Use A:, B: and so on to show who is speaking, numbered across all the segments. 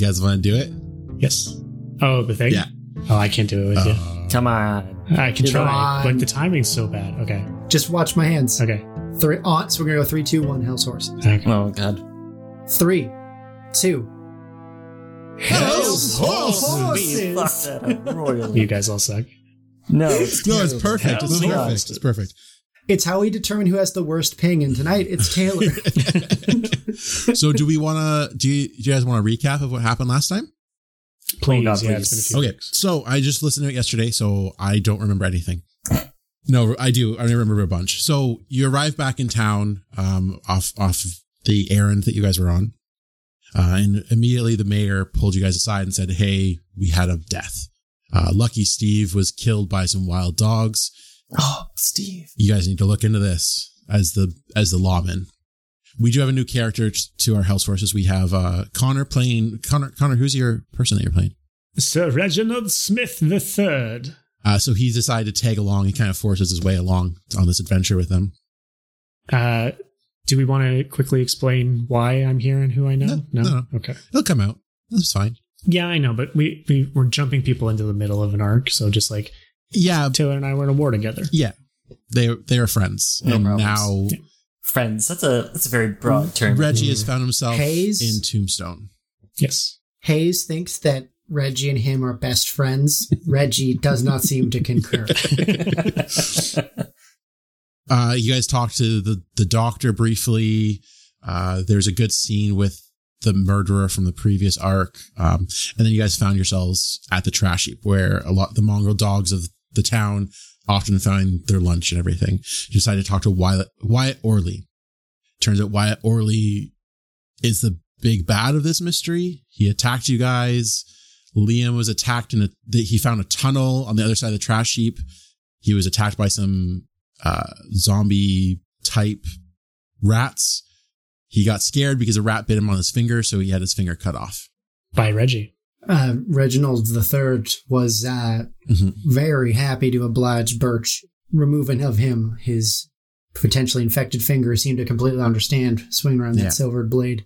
A: guys want to do it?
B: Yes. Oh, the thing?
A: Yeah.
B: Oh, I can't do it with
A: Uh,
C: Come on.
B: you. I can
D: Come
B: try,
D: on.
B: but the timing's so bad. Okay.
D: Just watch my hands.
B: Okay.
D: Three. On. So we're gonna go three, two, one. House horse.
B: okay.
C: Oh God.
D: Three, two.
A: Hell's
D: Horses.
C: We fucked that up
B: You
C: royally.
B: guys all suck.
C: No.
A: No, it's
C: terrible.
A: perfect. It's
C: Move on.
A: perfect. It's perfect.
D: It's how we determine who has the worst ping, and tonight it's Taylor.
A: so, do we want to? Do you, do you guys want to recap of what happened last time?
B: Please.
C: God,
B: yeah, it's been a
C: please.
B: few
A: Okay. So, I just listened to it yesterday, so I don't remember anything. No, I do. I remember a bunch. So, you arrive back in town um, off off the errand that you guys were on, uh, and immediately the mayor pulled you guys aside and said, "Hey, we had a death. Uh, Lucky Steve was killed by some wild dogs.
C: Oh, Steve.
A: you guys need to look into this as the as the lawman. We do have a new character t- to our Hell's Forces. We have uh, Connor playing Connor. Connor, who's your person that you're playing?
B: Sir Reginald Smith the Third.
A: Uh, so he decided to tag along and kind of forces his way along on this adventure with them.
B: Uh, do we want to quickly explain why I'm here and who I know?
A: No, no,
B: Okay.
A: He'll come out. That's fine.
B: Yeah, I know, but we, we we're jumping people into the middle of an arc, so just like
A: Yeah,
B: Taylor and I were in a war together.
A: yeah. They they are friends,
C: No
A: and
C: problems.
A: now
C: Friends. That's a that's a very broad term.
A: Reggie has found himself
D: Hayes?
A: in Tombstone.
B: Yes.
D: Hayes thinks that Reggie and him are best friends. Reggie does not seem to concur.
A: Uh, you guys talked to the, the doctor briefly. Uh, there's a good scene with the murderer from the previous arc. Um, and then you guys found yourselves at the trash heap where a lot, the mongrel dogs of the town often find their lunch and everything. You decided to talk to Wyatt, Wyatt Orley. Turns out Wyatt Orley is the big bad of this mystery. He attacked you guys. Liam was attacked in a, th- he found a tunnel on the other side of the trash heap. He was attacked by some uh, zombie type rats. He got scared because a rat bit him on his finger, so he had his finger cut off.
B: By Reggie.
D: Uh, Reginald the Third was uh,
A: Mhm.
D: very happy to oblige Birch. Removing of him his potentially infected finger seemed to completely understand. Swinging around
A: Yeah.
D: that silvered blade.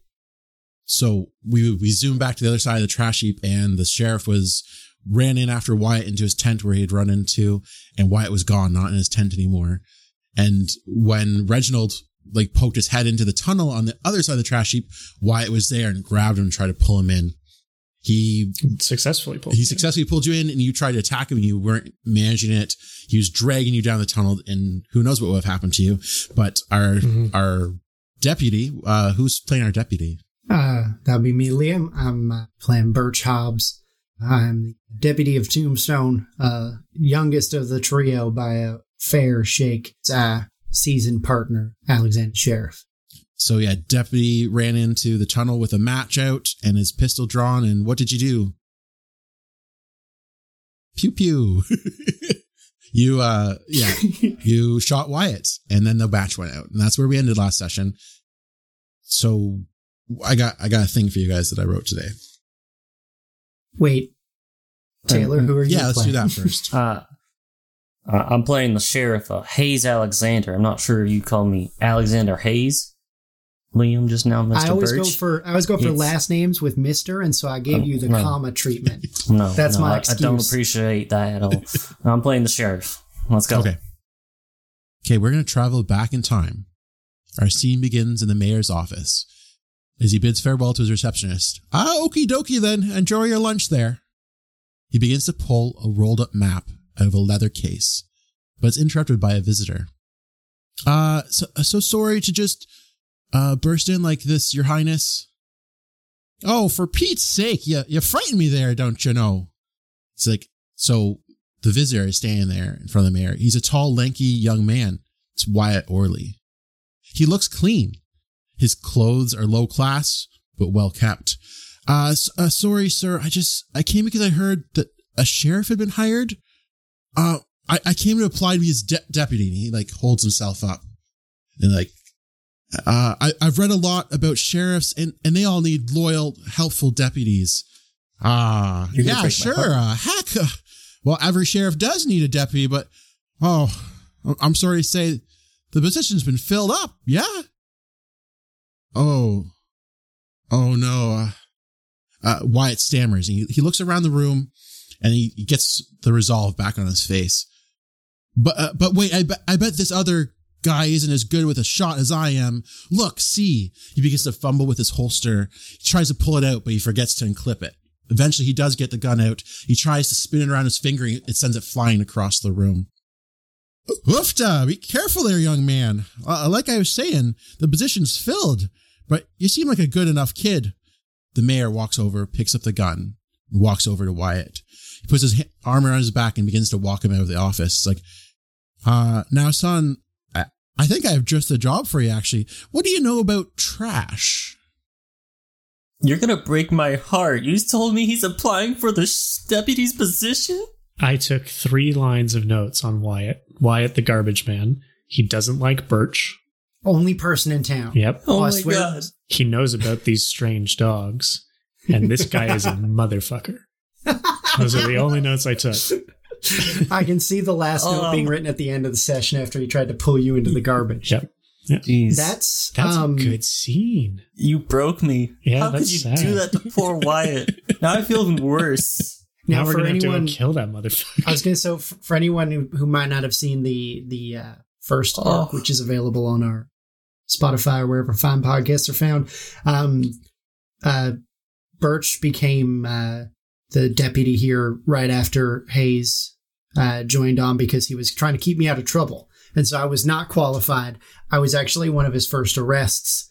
A: So we we zoomed back to the other side of the trash heap, and the sheriff was ran in after Wyatt into his tent where he had run into, and Wyatt was gone, not in his tent anymore. And when Reginald like poked his head into the tunnel on the other side of the trash heap, Wyatt was there and grabbed him and tried to pull him in. He
B: Successfully pulled.
A: he
B: it.
A: successfully pulled you in and you tried to attack him and you weren't managing it he was dragging you down the tunnel and who knows what would have happened to you but our
B: Mhm.
A: our deputy uh who's playing our deputy
D: Uh, that'd be me, Liam. I'm uh, playing Birch Hobbs. I'm the deputy of Tombstone, uh, youngest of the trio by a fair shake. Uh, seasoned partner, Alexander Sheriff.
A: so yeah deputy ran into the tunnel with a match out and his pistol drawn and what did you do pew pew you uh yeah you shot Wyatt, and then the batch went out, and that's where we ended last session. So I got I got a thing for you guys that I wrote today.
D: Wait, Taylor, who are you?
A: yeah, let's
D: playing?
A: do that first.
C: Uh, uh, I'm playing the sheriff, uh, Hayes Alexander. I'm not sure if you call me Alexander Hayes, Liam. Just now, Mr.
D: I always
C: Birch.
D: go for I always go for
C: It's-
D: last names with Mister, and so I gave
C: Oh,
D: you the
C: well.
D: comma treatment.
C: no,
D: that's
C: no,
D: my
C: I- I, don't
D: excuse.
C: appreciate that at all. I'm playing the sheriff. Let's go.
A: Okay. Okay, we're gonna travel back in time. Our scene begins in the mayor's office as he bids farewell to his receptionist. Ah, okie dokie then. Enjoy your lunch there. He begins to pull a rolled up map out of a leather case, but it's interrupted by a visitor. Uh, so, so sorry to just uh, burst in like this, Your Highness. Oh, for Pete's sake, you, you frighten me there, don't you know? It's like, so the visitor is standing there in front of the mayor. He's a tall, lanky young man. It's Wyatt Orley. He looks clean. His clothes are low class, but well kept. Uh, s- uh, sorry, sir. I just, I came because I heard that a sheriff had been hired. Uh, I, I came to apply to be his de- deputy. And he like holds himself up and like, uh, I, I've read a lot about sheriffs and, and they all need loyal, helpful deputies. Ah,
C: You're gonna
A: yeah,
C: break my
A: sure. Uh, heck. uh, well, every sheriff does need a deputy, but oh, I'm sorry to say the position's been filled up. Yeah. Oh. Oh no. Uh, uh, Wyatt stammers and he, he looks around the room and he, he gets the resolve back on his face. But, uh, but wait, I, bet I bet this other guy isn't as good with a shot as I am. Look, see, he begins to fumble with his holster. He tries to pull it out, but he forgets to unclip it. Eventually, he does get the gun out. He tries to spin it around his finger. and It sends it flying across the room. Oofta, be careful there, young man. Uh, like I was saying, the position's filled, but you seem like a good enough kid. The mayor walks over, picks up the gun, and walks over to Wyatt. He puts his ha- arm around his back and begins to walk him out of the office. It's like, uh, now, son, I, I think I have just the job for you, actually. What do you know about trash?
C: You're gonna break my heart. You told me he's applying for the sh- deputy's position?
B: I took three lines of notes on Wyatt. Wyatt the garbage man. He doesn't like Birch.
D: Only person in town.
B: Yep.
C: Oh my
D: I swear-
C: god.
B: He knows about these strange dogs. And this guy is a motherfucker. Those are the only notes I took.
D: I can see the last note
C: Um,
D: being written at the end of the session after he tried to pull you into the garbage.
B: Yep.
C: Jeez.
D: That's
B: That's
D: um,
B: a good scene.
C: you broke me.
B: Yeah,
C: How could
B: that's
C: you
B: sad.
C: do that to poor Wyatt? now I feel even worse.
B: Now,
D: Now,
B: we're
D: for
B: gonna have
D: anyone,
B: to go kill that motherfucker.
D: I was going to say f- for anyone who, who might not have seen the the uh, first arc,
C: Oh.
D: which is available on our Spotify or wherever fine podcasts are found. Um, uh, Birch became uh, the deputy here right after Hayes uh, joined on because he was trying to keep me out of trouble, and so I was not qualified. I was actually one of his first arrests,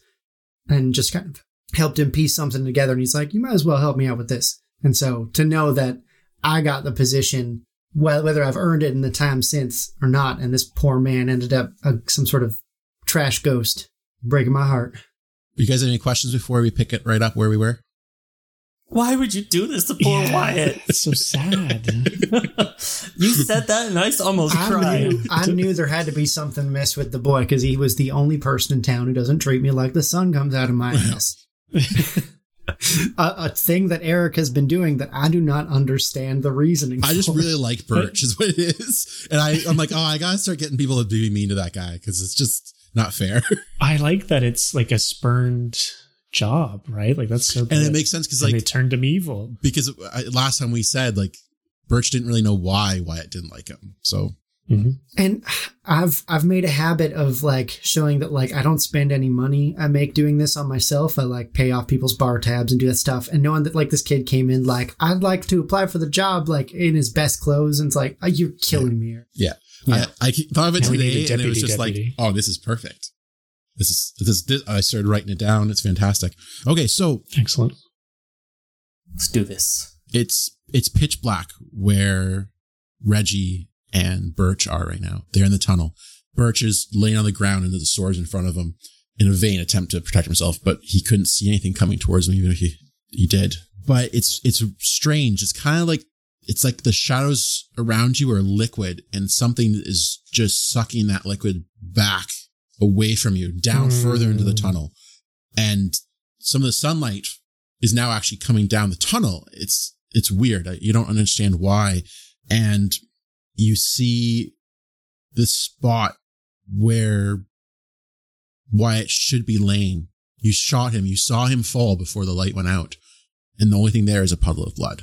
D: and just kind of helped him piece something together. And he's like, "You might as well help me out with this." And so to know that I got the position well, whether I've earned it in the time since or not. And this poor man ended up uh, some sort of trash ghost, breaking my heart.
A: You guys have any questions before we pick it right up where we were?
C: Why would you do this to poor
B: Yeah,
C: Wyatt?
B: It's so sad.
C: you said that and I almost
D: I
C: cried.
D: knew, I knew there had to be something mess with the boy because he was the only person in town who doesn't treat me like the sun comes out of my ass. a, a thing that Eric has been doing that I do not understand the reasoning.
A: I just
D: for.
A: really like Birch, is what it is. And I, I'm like, oh, I gotta start getting people to be mean to that guy because it's just not fair.
B: I like that it's like a spurned job, right? Like that's so.
A: And it makes sense because,
B: and they
A: like,
B: turned him evil.
A: because I, last time we said like Birch didn't really know why Wyatt didn't like him. So
B: Mm-hmm.
D: and i've i've made a habit of like showing that like i don't spend any money i make doing this on myself i like pay off people's bar tabs and do that stuff and knowing that like this kid came in like i'd like to apply for the job like in his best clothes and it's like oh, you're killing me Eric. Yeah.
A: I, I thought of it
B: Now we need
A: today,
B: a
A: and it was
B: deputy
A: just
B: deputy.
A: like, oh, this is perfect. This is this, this. I started writing it down. It's fantastic. Okay, so
B: Excellent.
C: Let's do this.
A: it's it's pitch black where Reggie and Birch are right now. They're in the tunnel. Birch is laying on the ground under the swords in front of him in a vain attempt to protect himself, but he couldn't see anything coming towards him, even if he, he did. But it's it's strange. It's kind of like it's like the shadows around you are liquid and something is just sucking that liquid back away from you, down
B: Hmm.
A: further into the tunnel. And some of the sunlight is now actually coming down the tunnel. It's it's weird. You don't understand why. And you see this spot where Wyatt should be laying. You shot him. You saw him fall before the light went out. And the only thing there is a puddle of blood.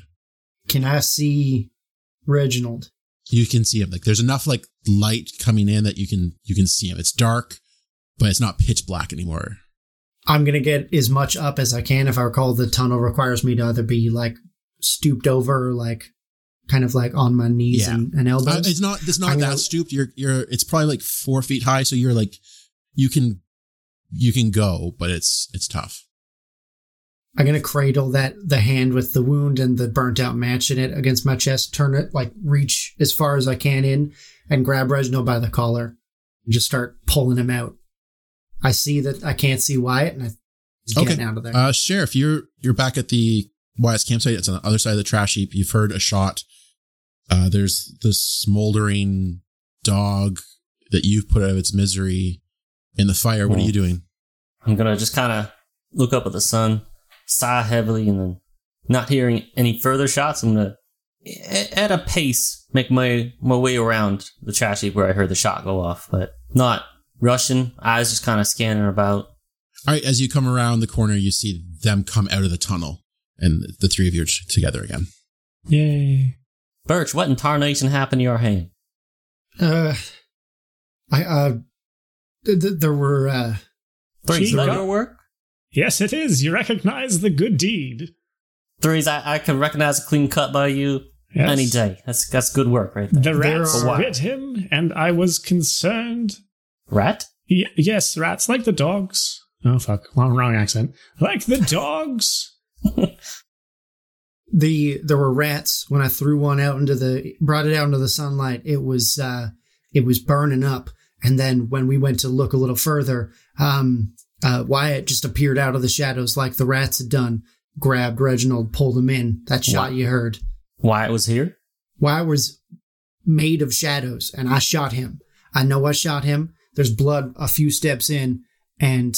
D: can i see reginald
A: You can see him. Like there's enough like light coming in that you can you can see him. It's dark, but it's not pitch black anymore.
D: i'm gonna get as much up as i can if i recall the tunnel requires me to either be like stooped over or, like kind of like on my knees
A: Yeah.
D: and, and
A: Uh,
D: elbows
A: it's not it's not
D: I'm
A: that
D: gonna-
A: stooped. You're you're it's probably like four feet high, so you're like you can you can go, but it's it's tough.
D: I'm gonna cradle that the hand with the wound and the burnt out match in it against my chest, turn it like reach as far as I can in, and grab Reginald by the collar and just start pulling him out. I see that I can't see Wyatt and I he's
A: Okay.
D: getting out of there.
A: Uh Sheriff, you're you're back at the Wyatt's campsite. It's on the other side of the trash heap. You've heard a shot. Uh there's this smoldering dog that you've put out of its misery in the fire. What are
C: Oh.
A: you doing?
C: I'm gonna just kinda look up at the sun, sigh heavily, and then not hearing any further shots, I'm gonna a- at a pace make my my way around the trash heap where I heard the shot go off, but not rushing. Eyes just kinda scanning about.
A: All right, as you come around the corner, you see them come out of the tunnel. and the three of you are t- together again.
B: Yay.
C: Birch, what in tarnation happened to your hand?
D: Uh, I uh, th- th- there were uh,
C: Threes,
B: She
C: is that
B: got-
C: your work?
B: Yes, it is. You recognize the good deed.
C: Threes, I, I can recognize a clean cut by you
B: Yes.
C: any day. That's that's good work right there.
B: The rats
D: There
C: are-
B: bit him, and I was concerned.
C: Rat?
B: Y- yes, rats like the dogs. Oh fuck! Wrong, wrong accent. Like the dogs.
D: the there were rats when I threw one out into the brought it out into the sunlight. It was uh, it was burning up, and then when we went to look a little further, um, uh, Wyatt just appeared out of the shadows like the rats had done, grabbed Reginald, pulled him in. That shot
C: Wow.
D: you heard.
C: Why it was here?
D: Wyatt was made of shadows, and I shot him. I know I shot him. There's blood a few steps in, and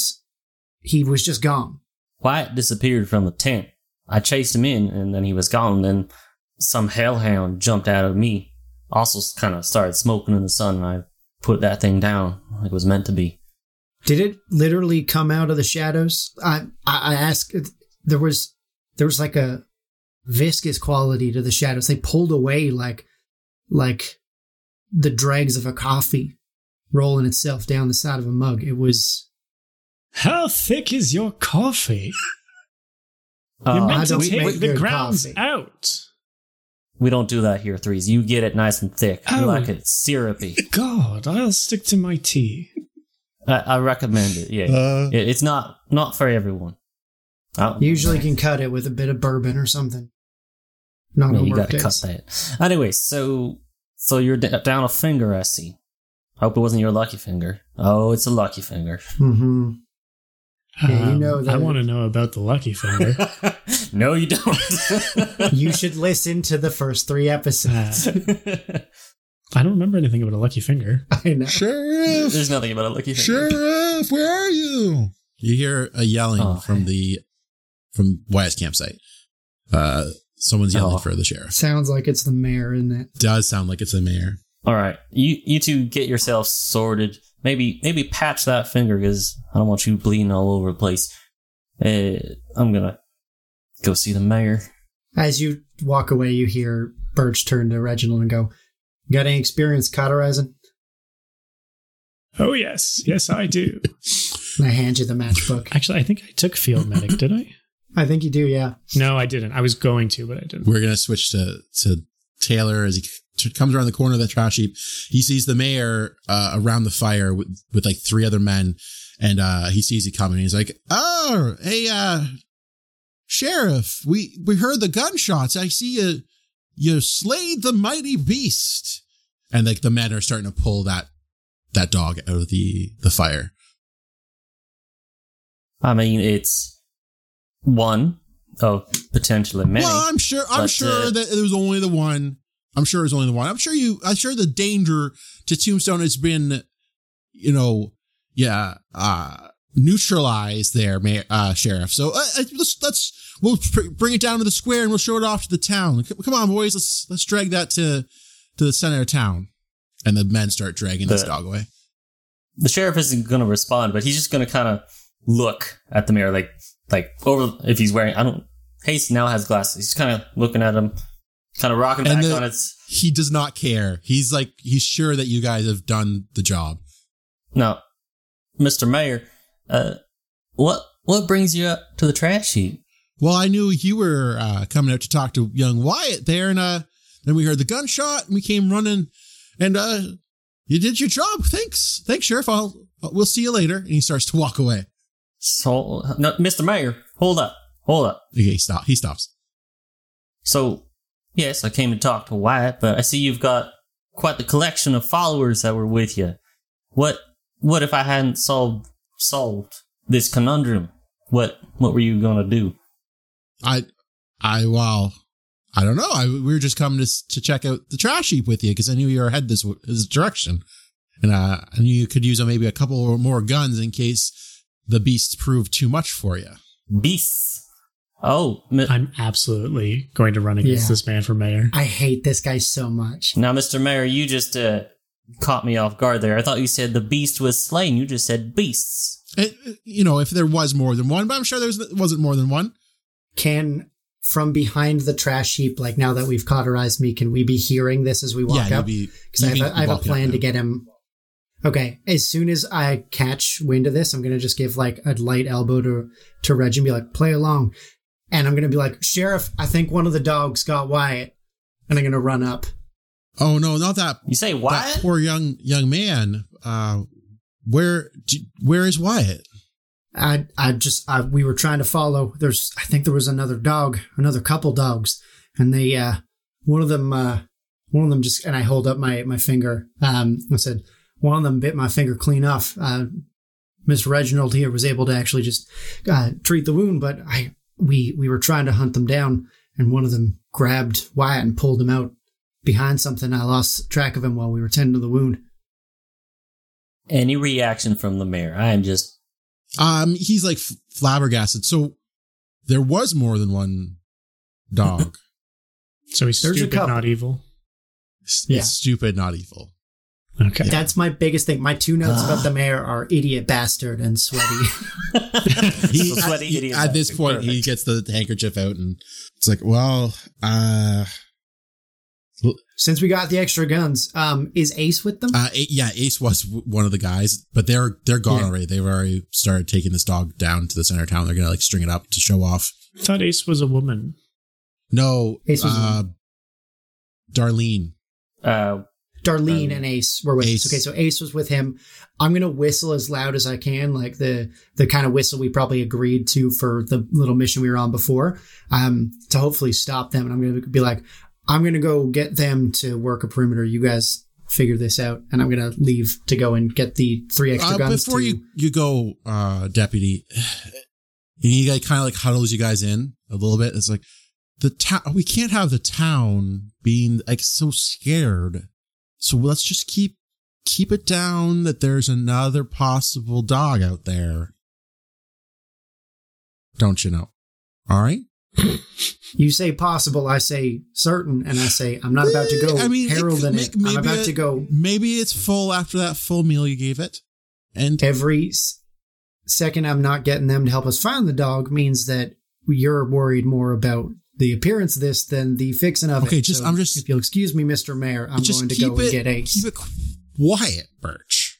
D: he was just gone.
C: Wyatt disappeared from the tent. I chased him in, and then he was gone. Then some hellhound jumped out of me. Also, kind of started smoking in the sun. And I put that thing down like it was meant to be.
D: Did it literally come out of the shadows? I I, I asked. There was there was like a viscous quality to the shadows. They pulled away like like the dregs of a coffee rolling itself down the side of a mug. It was
B: How thick is your coffee?
C: Uh,
B: You're
D: I
B: meant to
D: don't
B: take
D: make
B: the
D: good
B: grounds
D: coffee.
B: out.
C: we don't do that here, threes. You get it nice and thick. You
B: Oh.
C: like it syrupy.
B: God, I'll stick to my tea.
C: I, I recommend it. Yeah,
A: Uh,
C: It- it's not not for everyone. I-
D: you usually can cut it with a bit of bourbon or something. Not
C: Yeah,
D: on
C: you
D: work
C: gotta cut
D: days.
C: that. Anyway, so so you're d- down a finger. I see. Hope it wasn't your lucky finger. Oh, it's a lucky finger.
D: Mm-hmm. Yeah, you know
B: Um, I
D: that-
B: want to know about the lucky finger.
C: no, you don't.
D: You should listen to the first three episodes.
B: Uh, I don't remember anything about a lucky finger.
D: I know.
A: Sheriff,
C: There's nothing about a lucky finger.
A: Sheriff, where are you? You hear a yelling
C: Oh,
A: from the from Wyatt's campsite. Uh, someone's yelling
C: Oh.
A: for the sheriff.
D: Sounds like it's the mayor, isn't it?
A: Does sound like it's the mayor.
C: All right, you you two get yourself sorted. Maybe maybe patch that finger because I don't want you bleeding all over the place. Uh, I'm gonna go see the mayor.
D: As you walk away, you hear Birch turn to Reginald and go, Got any experience cauterizing?
B: Oh yes, yes I do.
D: And I hand you the matchbook.
B: Actually, I think I took field medic. Did I?
D: I think you do, yeah.
B: No, I didn't. I was going to, but I didn't.
A: We're gonna switch to to Taylor as he t- comes around the corner of the trash heap. He sees the mayor uh, around the fire with, with like three other men, and uh, he sees you coming. He's like, "Oh, hey, uh, sheriff, we we heard the gunshots. I see you you slayed the mighty beast." And like the men are starting to pull that that dog out of the the fire.
C: I mean, it's one of potentially many.
A: Well, I'm sure. I'm
C: but,
A: sure
C: uh,
A: that it was only the one. I'm sure it was only the one. I'm sure you. I'm sure the danger to Tombstone has been, you know, yeah, uh, neutralized there, ma uh, sheriff. So uh, uh, let's let's we'll pr- bring it down to the square and we'll show it off to the town. C- come on, boys. Let's let's drag that to to the center of town. And the men start dragging this
C: The-
A: dog away.
C: the sheriff isn't going to respond, but he's just going to kind of look at the mayor, like like over if he's wearing. I don't. Hayes now has glasses. He's kind of looking at him, kind of rocking
A: And
C: back
A: the-
C: on its.
A: He does not care. He's like he's sure that you guys have done the job.
C: Now, Mister Mayor, uh, what what brings you up to the trash heap?
A: Well, I knew you were uh, coming out to talk to young Wyatt there, and uh, then we heard the gunshot, and we came running, and uh, you did your job. Thanks, thanks, Sheriff. I'll we'll see you later. And he starts to walk away.
C: So, no, Mister Mayor, hold up, hold up.
A: Okay, he stop. He stops.
C: So, yes, I came to talk to Wyatt, but I see you've got quite the collection of followers that were with you. What what if I hadn't solved solved this conundrum? What what were you gonna do?
A: I, I well, I don't know. I we were just coming to s- to check out the trash heap with you because I knew you were head this w- this direction, and uh, I knew you could use uh, maybe a couple or more guns in case the beasts proved too much for you.
C: Beasts. Oh, mi-
B: I'm absolutely going to run against
D: Yeah.
B: this man for mayor.
D: I hate this guy so much.
C: now, Mister Mayor, you just uh, caught me off guard there. I thought you said the beast was slain. You just said beasts.
A: It, you know, if there was more than one, but I'm sure there was, wasn't more than one.
D: Can from behind the trash heap, like now that we've cauterized me, can we be hearing this as we walk
A: yeah,
D: up?
A: you'd be.
D: Because I
A: you'd be
D: have, a, I have a
A: walking up
D: plan to
A: now.
D: get him. Okay, as soon as I catch wind of this, I'm gonna just give like a light elbow to to Reg and be like, "Play along," and I'm gonna be like, "Sheriff, I think one of the dogs got Wyatt," and I'm gonna run up.
A: Oh no, not that
C: You say
A: that
C: Wyatt?
A: poor young young man. Uh, where do, where is Wyatt?
D: I I just I, we were trying to follow. There's I think there was another dog, another couple dogs, and they uh one of them uh one of them just and I hold up my my finger. Um, I said one of them bit my finger clean off. Uh, Miss Reginald here was able to actually just uh, treat the wound, but I we we were trying to hunt them down, and one of them grabbed Wyatt and pulled him out behind something. I lost track of him while we were tending to the wound.
C: Any reaction from the mayor? I am just
A: Um, he's like f- flabbergasted. So there was more than one dog.
B: So he's
D: There's a
B: stupid,
D: couple.
B: not evil.
A: It's
D: Yeah.
A: stupid, not evil.
B: Okay.
D: That's my biggest thing. My two notes about the mayor are idiot bastard and sweaty.
A: He-
C: So sweaty
A: he-
C: idiot
A: at this
C: bastard.
A: point, he
C: Perfect.
A: gets the handkerchief out and it's like, well, uh,
D: Since we got the extra guns, um, is Ace with them?
A: uh, A- yeah, Ace was w- one of the guys, but they're they're gone
D: Yeah.
A: already. They've already started taking this dog down to the center of town. They're gonna like string it up to show off.
B: I thought Ace was a woman.
A: No,
D: Ace was-
A: uh, Darlene.
C: uh,
D: Darlene
C: Um,
D: and Ace were with
A: Ace.
D: us. Okay, so Ace was with him. I'm gonna whistle as loud as I can, like the the kind of whistle we probably agreed to for the little mission we were on before, um, to hopefully stop them. And I'm gonna be like, I'm gonna go get them to work a perimeter. You guys figure this out, and I'm gonna leave to go and get the three extra
A: Uh,
D: guns.
A: before
D: to-
A: you you go, uh, deputy, and he like kind of like huddles you guys in a little bit. It's like the town. we can't have the town being like so scared. So let's just keep keep it down that there's another possible dog out there. Don't you know? All right.
D: You say possible, I say certain, and I say I'm not about to go
A: I mean, it
D: Harold
A: could
D: in
A: make-
D: it. I'm
A: maybe
D: about
A: it-
D: to go
A: Maybe it's full after that full meal you gave it, and
D: every s- second. I'm not getting them to help us find the dog means that you're worried more about the appearance of this than the fixing of it.
A: Okay, just-
D: So
A: I'm just-
D: if you'll excuse me, Mister Mayor, I'm
A: just
D: going to
A: keep
D: go
A: it
D: and get Ace.
A: keep it quiet, Birch.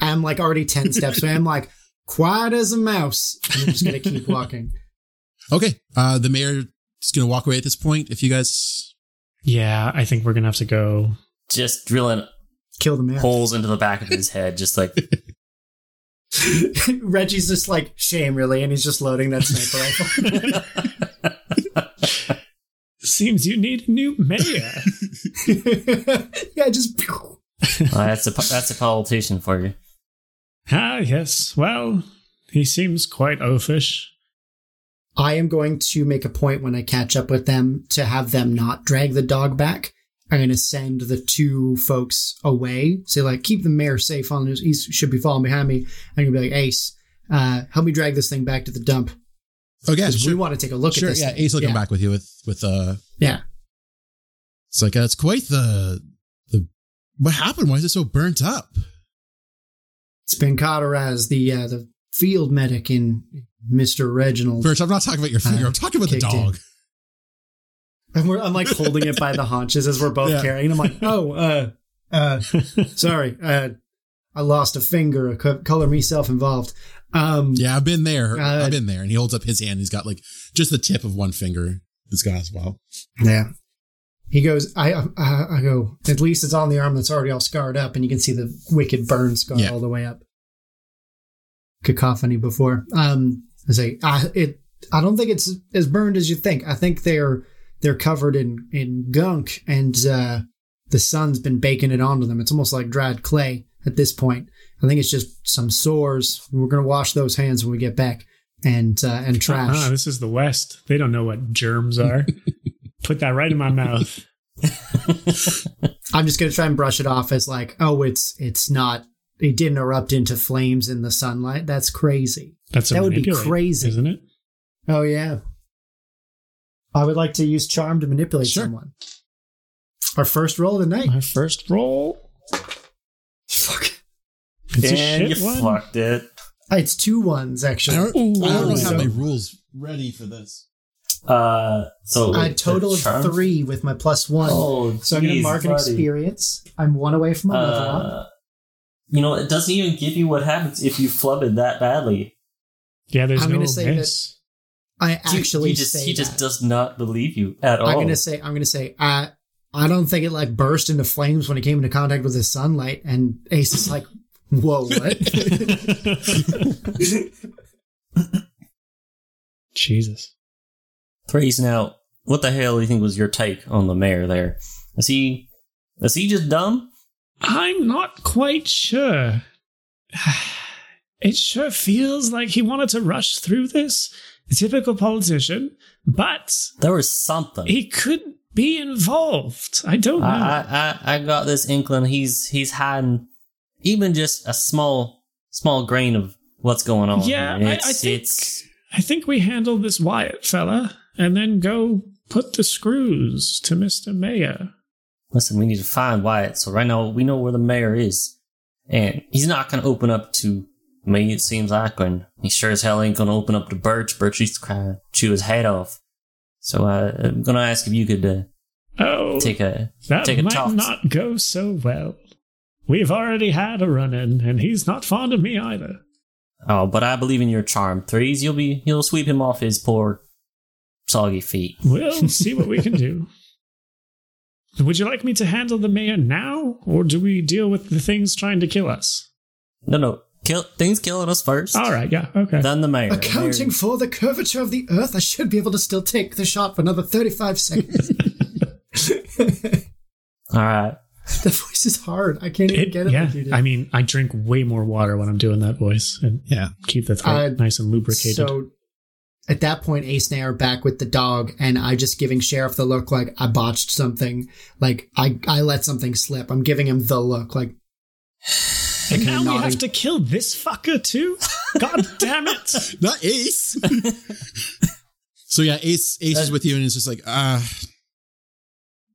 D: I'm like already ten steps away. I'm like quiet as a mouse. And I'm just gonna keep walking.
A: Okay. Uh, the mayor is going to walk away at this point. If you guys,
B: Yeah, I think we're gonna have to go.
C: just drilling
D: Kill the mayor.
C: holes into the back of his head, just like
D: Reggie's just like shame, really, and he's just loading that sniper rifle.
B: Seems you need a new mayor.
D: yeah, just.
C: Uh, that's a that's a politician for you.
B: ah, yes. Well, he seems quite oafish.
D: I am going to make a point when I catch up with them to have them not drag the dog back. I'm going to send the two folks away. Say, like, keep the mayor safe on his. He should be falling behind me. I'm going to be like, Ace, uh, help me drag this thing back to the dump.
A: oh yeah,
D: 'Cause
A: sure,
D: we want to take a look
A: sure,
D: at this.
A: yeah.
D: thing.
A: Ace will
D: Yeah.
A: come back with you with with uh.
D: Yeah.
A: It's like uh, it's quite the the what happened. Why is it so burnt up?
D: It's been cauterized. The, uh, the field medic in Mr. Reginald.
A: Birch, I'm not talking about your finger.
D: Uh,
A: I'm talking about the
D: kicked in.
A: dog.
D: And we're, I'm like holding it by the haunches as we're both
A: Yeah.
D: carrying. I'm like, oh, uh, uh, sorry, uh, I lost a finger. Co- color me self involved. Um,
A: Yeah, I've been there.
D: Uh,
A: I've been there. And he holds up his hand. He's got like just the tip of one finger. It's gone as well.
D: yeah. He goes, I, I, I go. At least it's on the arm that's already all scarred up, and you can see the wicked burn scar
A: Yeah.
D: all the way up. Cacophony before. Um, I say, I it. I don't think it's as burned as you think. I think they're they're covered in in gunk, and uh, the sun's been baking it onto them. It's almost like dried clay at this point. I think it's just some sores. We're gonna wash those hands when we get back, and uh, and trash.
B: Ah, this is the West. They don't know what germs are. Put that right in my mouth.
D: I'm just gonna try and brush it off as like, oh, it's it's not. It didn't erupt into flames in the sunlight. That's crazy.
B: That's a
D: That would be
B: manipulate,
D: crazy.
B: isn't it?
D: Oh yeah. I would like to use charm to manipulate
A: Sure.
D: someone. Our first roll of the night.
B: My first roll.
D: Fuck.
B: It's a
C: and you
B: shit one.
C: fucked it.
D: It's two ones
A: I
D: actually.
A: don't, I don't really
D: Ooh.
A: have my rules ready for this.
C: Uh, so
D: A total of
C: charm-
D: three with my plus one.
C: Oh,
D: so I'm going to
C: geez,
D: mark an
C: buddy.
D: experience. I'm one away from another one.
C: Uh, you know, it doesn't even give you what happens if you flub it that badly.
B: Yeah, there's
D: I'm
B: no
D: gonna say that-
B: miss.
D: I
C: You-
D: actually
C: you just,
D: say
C: he
D: that.
C: just does not believe you at all.
D: I'm gonna say I'm gonna say I I don't think it like burst into flames when it came into contact with the sunlight and Ace is like, Whoa, what?
B: Jesus.
C: Praise now. What the hell do you think was your take on the mayor there? Is he is he just dumb?
B: I'm not quite sure. It sure feels like he wanted to rush through this. A typical politician, but
C: There was something.
B: he could be involved. I don't know.
C: I, I I I got this inkling he's he's hiding even just a small small grain of what's going on.
B: Yeah,
C: here.
B: I- I
C: it's,
B: think-
C: it's
B: I think we handle this Wyatt fella and then go put the screws to Mr. Mayor.
C: listen, we need to find Wyatt. So right now we know where the mayor is. And he's not gonna open up to me, it seems like, and he sure as hell ain't gonna open up to Birch. Birch used to kind of chew his head off. So uh, I'm gonna ask if you could uh,
B: Oh,
C: take a
B: that
C: take a
B: might
C: talk.
B: not go so well. We've already had a run in, and he's not fond of me either.
C: Oh, but I believe in your charm. Threes, you'll be you'll sweep him off his poor soggy feet.
B: We'll see what we can do. Would you like me to handle the mayor now, or do we deal with the things trying to kill us?
C: No, no, kill things killing us first.
B: All right, yeah, okay.
C: Then the mayor.
D: Accounting
C: Mayor-
D: for the curvature of the earth, I should be able to still take the shot for another 35 seconds.
C: All right.
D: the voice is hard. I can't even
B: It-
D: get it.
B: yeah,
D: like you did.
B: I mean, I drink way more water when I'm doing that voice and
A: Yeah.
B: keep the throat
D: Uh,
B: nice and lubricated.
D: so at that point, Ace and I are back with the dog, and I just giving Sheriff the look like I botched something, like I I let something slip. I'm giving him the look like.
B: and
D: kinda
B: now we
D: nodding.
B: have to kill this fucker too? God damn it!
A: Not Ace. so yeah, Ace Ace is with you and it's just like, uh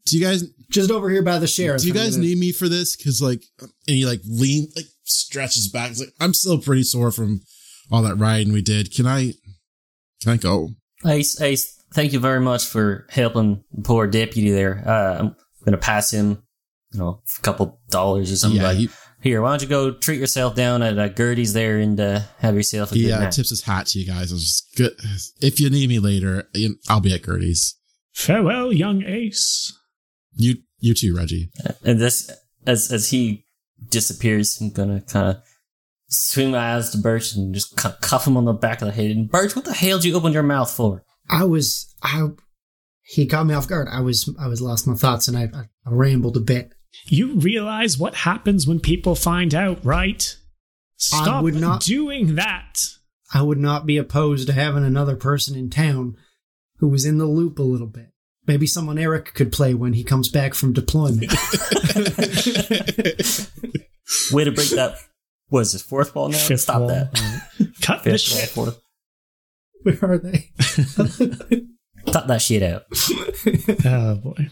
A: Do you guys do
D: Just over here by the sheriff.
A: you
D: I'm
A: guys
D: gonna-
A: need me for this? Cause like and he like lean like stretches back. He's like, I'm still pretty sore from all that riding we did. Can I can I go?
C: Ace, Ace, thank you very much for helping the poor deputy there. Uh, I'm gonna pass him, you know, a couple dollars or something.
A: yeah,
C: like,
A: he,
C: Here, why don't you go treat yourself down at uh, Gertie's there and uh, have yourself a
A: he
C: good
A: uh,
C: night.
A: tips his hat to you guys. I was just good. If you need me later, you- I'll be at Gertie's.
B: Farewell, young ace.
A: You you too, Reggie.
C: And this, as as he disappears, I'm gonna kind of swing my eyes to Birch and just cu- cuff him on the back of the head. And Birch, what the hell did you open your mouth for?
D: I was I. He caught me off guard. I was I was lost in my thoughts, and I, I rambled a bit.
B: You realize what happens when people find out, right? Stop
D: would not-
B: doing that.
D: I would not be opposed to having another person in town who was in the loop a little bit. Maybe someone Eric could play when he comes back from deployment.
C: Way to break that. What is this fourth wall now?
B: Fifth
C: Stop
B: wall.
C: that.
B: Cut the
C: Fifth wall,
B: shit.
C: fourth.
D: Where are they?
C: Cut that shit out.
B: Oh boy.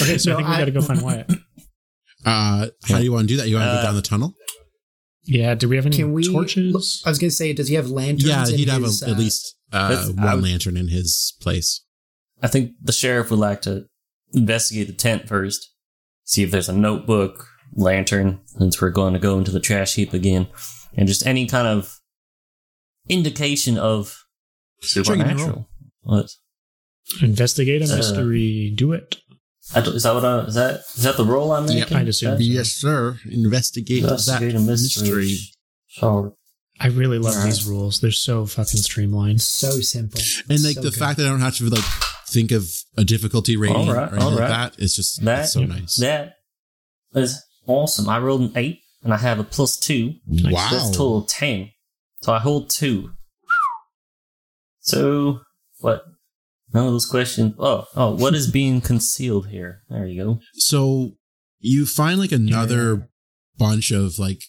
B: Okay, so I
D: No,
B: think we
D: I-
B: gotta go find Wyatt.
A: Uh, how do you want to do that? You want to
C: Uh,
A: go down the tunnel?
B: Yeah, do we have any
D: Can we?
B: torches?
D: I was gonna say, does he have lanterns?
A: Yeah,
D: in
A: he'd have a,
D: his,
A: at
D: uh,
A: least uh,
C: that's-
A: one
C: I would-
A: lantern in his place.
C: I think the sheriff would like to investigate the tent first, see if there's a notebook, lantern, since we're going to go into the trash heap again, and just any kind of indication of supernatural. What?
B: Investigate a
C: Uh,
B: mystery. do it.
C: I don't- is that what I, is that is that the role I'm
A: Yep.
C: making?
B: I'd assume.
C: That's-
A: Yes, sir. Investigate
C: Investigate a mystery. So
B: I really love
C: Alright.
B: these rules. They're so fucking streamlined.
D: So simple.
A: And like
D: So
A: the
D: good.
A: fact that I don't have to like think of a difficulty rating
C: All right,
A: or anything
C: all
A: like
C: right.
A: that, it's just
C: That-
A: it's so nice.
C: that is awesome. I rolled an eight and I have a plus two.
A: wow.
C: So that's total of 10. So I hold two. So, what? None of those questions. Oh, oh, what is being concealed here? There you go.
A: So you find like another bunch of like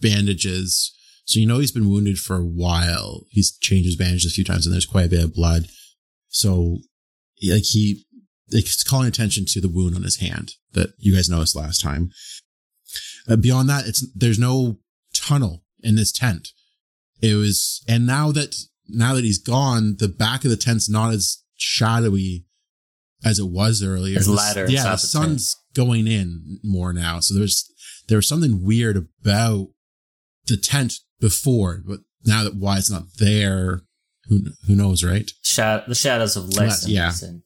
A: bandages. So you know he's been wounded for a while. He's changed his bandages a few times and there's quite a bit of blood. So like he like it's calling attention to the wound on his hand that you guys noticed last time. Uh, beyond that, it's there's no tunnel in this tent. It was and now that now that he's gone, the back of the tent's not as shadowy as it was earlier.
C: It's
A: The-
C: lighter, it's
A: Yeah, the
C: not the same.
A: sun's going in more now. So there's there was something weird about the tent before, but now that why it's not there, who kn- who knows, right?
C: Shad- the shadows of
A: Less, yeah.
C: Lexington.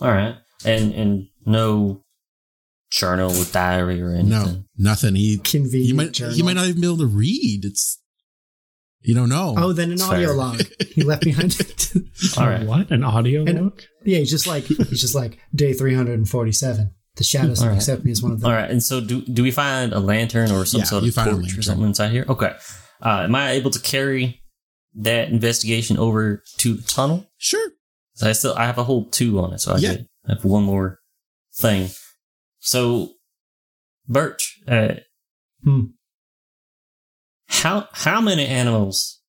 C: All right, and and no journal with diary or anything.
A: No, nothing. He
D: Convenient.
A: he might
D: journal.
A: he might not even be able to read. It's you don't know.
D: Oh, then an
C: It's
D: audio
C: fair.
D: log he left behind.
C: All right,
B: Uh, What? An audio
D: And-
B: book?
D: yeah, he's just like he's just like day three hundred and forty-seven. The shadows
C: All right.
D: accept me as one of them.
C: all right. And so, do do we find a lantern or some
A: Yeah,
C: sort
A: you
C: of
A: find a
C: torch or
A: lantern.
C: something inside here? Okay. Uh, am I able to carry that investigation over to the tunnel?
A: sure.
C: So I still I have a whole two on it, so I
A: Yeah.
C: could have one more thing. So, Birch, uh,
D: Hmm.
C: how how many animals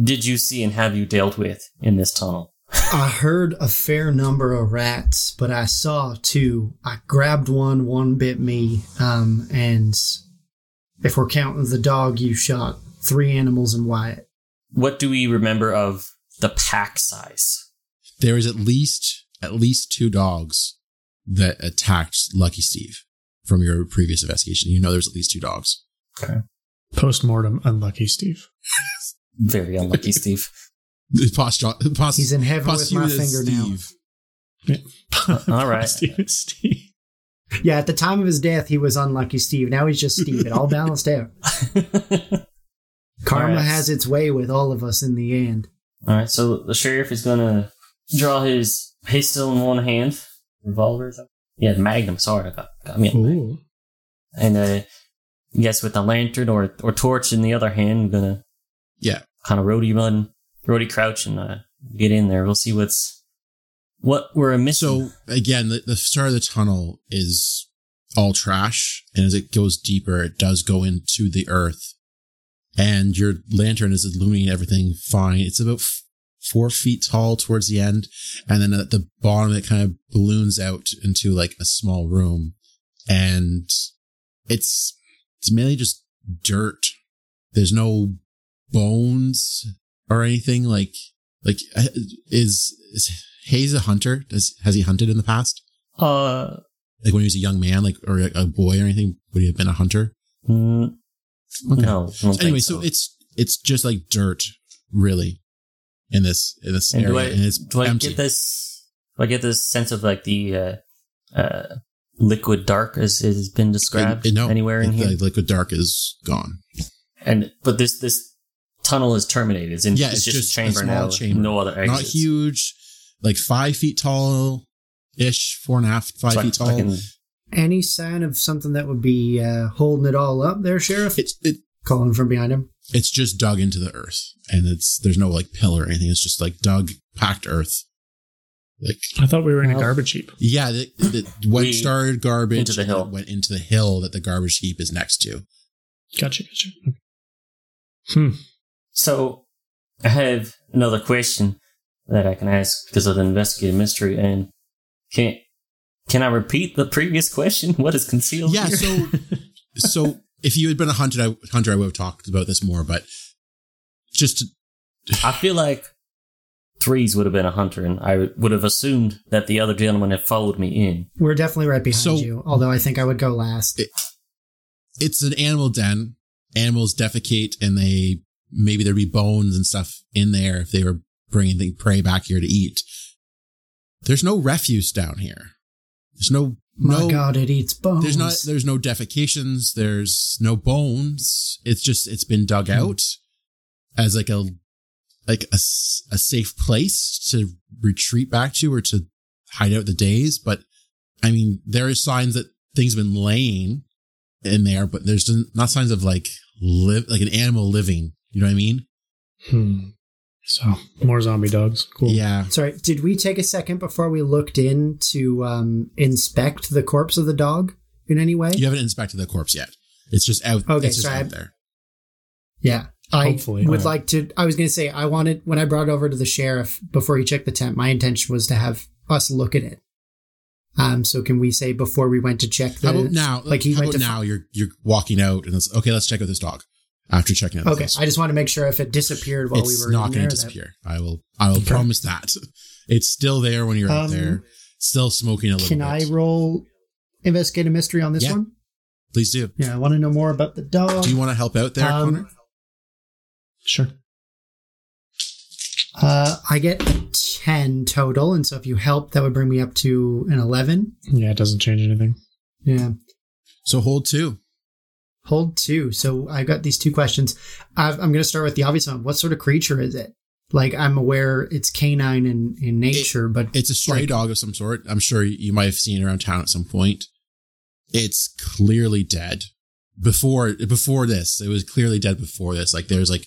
C: did you see and have you dealt with in this tunnel?
D: I heard a fair number of rats, but I saw two. I grabbed one. One bit me. Um, and if we're counting the dog you shot, three animals in Wyatt.
C: What do we remember of the pack size?
A: There is at least at least two dogs that attacked Lucky Steve from your previous investigation. You know there's at least two dogs.
B: Postmortem unlucky Steve.
C: Very unlucky, Steve.
A: Posthum- post-
D: He's in heaven with my
A: posthumous
D: fingernail.
A: Steve.
C: Uh, all right.
B: Steve is Steve.
D: Yeah, at the time of his death, he was unlucky Steve. Now he's just Steve. It all balanced out. Karma
C: Alright.
D: has its way with all of us in the end.
C: All right, so the sheriff is gonna draw his pistol in one hand, revolver. is that- Yeah, Magnum. Sorry, I got, got me.
B: Ooh.
C: And uh, yes, with the lantern or or torch in the other hand, I'm gonna
A: Yeah.
C: kind of roadie run, roadie crouch, and uh, get in there. We'll see what's what we're missing.
A: So again, the, the start of the tunnel is all trash, and as it goes deeper, it does go into the earth. And your lantern is illuminating everything fine. It's about f- four feet tall towards the end, and then at the bottom, it kind of balloons out into like a small room, and it's it's mainly just dirt. There's no bones or anything like like uh, is is Hayes a hunter? Does has he hunted in the past?
C: uh,
A: Like when he was a young man, like or a, a boy or anything, would he have been a hunter?
C: mm, no. I don't
A: Anyway,
C: think
A: so. it's it's just like dirt, really, in this in this
C: and do
A: area,
C: I,
A: and it's
C: do I
A: empty.
C: get this? Do I get this sense of like the uh, uh, liquid dark as it has been described
A: And- and no,
C: anywhere in
A: it's
C: here?
A: Like liquid dark is gone.
C: and but this this tunnel is terminated. It's, in,
A: Yeah,
C: it's,
A: it's
C: just,
A: just
C: a
A: a
C: chamber
A: small
C: now. with
A: chamber.
C: No other exits.
A: Not huge, like five feet tall, ish, four and a half, five
C: It's like-
A: feet tall.
C: like an-
D: Any sign of something that would be uh, holding it all up there, Sheriff?
A: it's it
D: Calling from behind him.
A: it's just dug into the earth, and it's there's no like pillar or anything. It's just like dug, packed earth. Like
B: I thought we were in a
D: Well-
B: garbage heap.
A: Yeah, the, the what
C: We-
A: started garbage
C: into the hill.
A: and went into the hill that the garbage heap is next to.
B: Gotcha, gotcha.
C: so I have another question that I can ask because of the investigative mystery, and can can I repeat the previous question? What is concealed?
A: Yeah,
C: here?
A: so so if you had been a hunter, I, hunter, I would have talked about this more, but just to,
C: I feel like threes would have been a hunter, and I would have assumed that the other gentleman had followed me in.
D: We're definitely right behind
A: So-
D: you, although I think I would go last.
A: It- it's an animal den. Animals defecate, and they maybe there'd be bones and stuff in there if they were bringing the prey back here to eat. There's no refuse down here. There's no
D: My
A: no
D: God, it eats bones.
A: There's not there's no defecations, there's no bones. It's just it's been
D: Hmm.
A: dug out as like a like a, s- a safe place to retreat back to or to hide out the days, but I mean there are signs that things have been laying in there, but there's not signs of like live like an animal living, you know what I mean?
B: Hmm. So, more zombie dogs. Cool.
A: Yeah.
D: Sorry, did we take a second before we looked in to um, inspect the corpse of the dog in any way?
A: You haven't inspected the corpse yet. It's just out
D: Okay,
A: it's just
D: so I-
A: out there.
D: Yeah. I
B: Hopefully.
D: would
B: Yeah.
D: like to. I was going to say, I wanted, when I brought it over to the sheriff before he checked the tent, my intention was to have us look at it. Um, so can we say before we went to check the.
A: How about now?
D: Like he
A: how
D: went
A: about
D: to.
A: now? You're you're walking out and it's okay. Let's check out this dog. after checking out. the
D: Okay,
A: list.
D: I just want to make sure if it disappeared while
A: it's
D: we were
A: not
D: in
A: going
D: there,
A: to
D: that-
A: disappear. I will. I will promise that. It's still there when you're out
D: Um,
A: there, still smoking a little
D: Can
A: bit.
D: I roll investigate a mystery on this
A: Yeah.
D: one?
A: Please do.
D: Yeah, I want to know more about the dog.
A: Do you want to help out there,
D: Um,
A: Connor?
B: Sure.
D: uh, I get a ten total, and so if you help, that would bring me up to an eleven.
B: Yeah, it doesn't change anything.
D: Yeah.
A: So hold two.
D: Hold two. So I've got these two questions. I've, I'm going to start with the obvious one. What sort of creature is it? Like, I'm aware it's canine in, in nature, but
A: It's a stray
D: Like-
A: dog of some sort. I'm sure you might have seen around town at some point. It's clearly dead. Before before this, it was clearly dead before this. Like there's like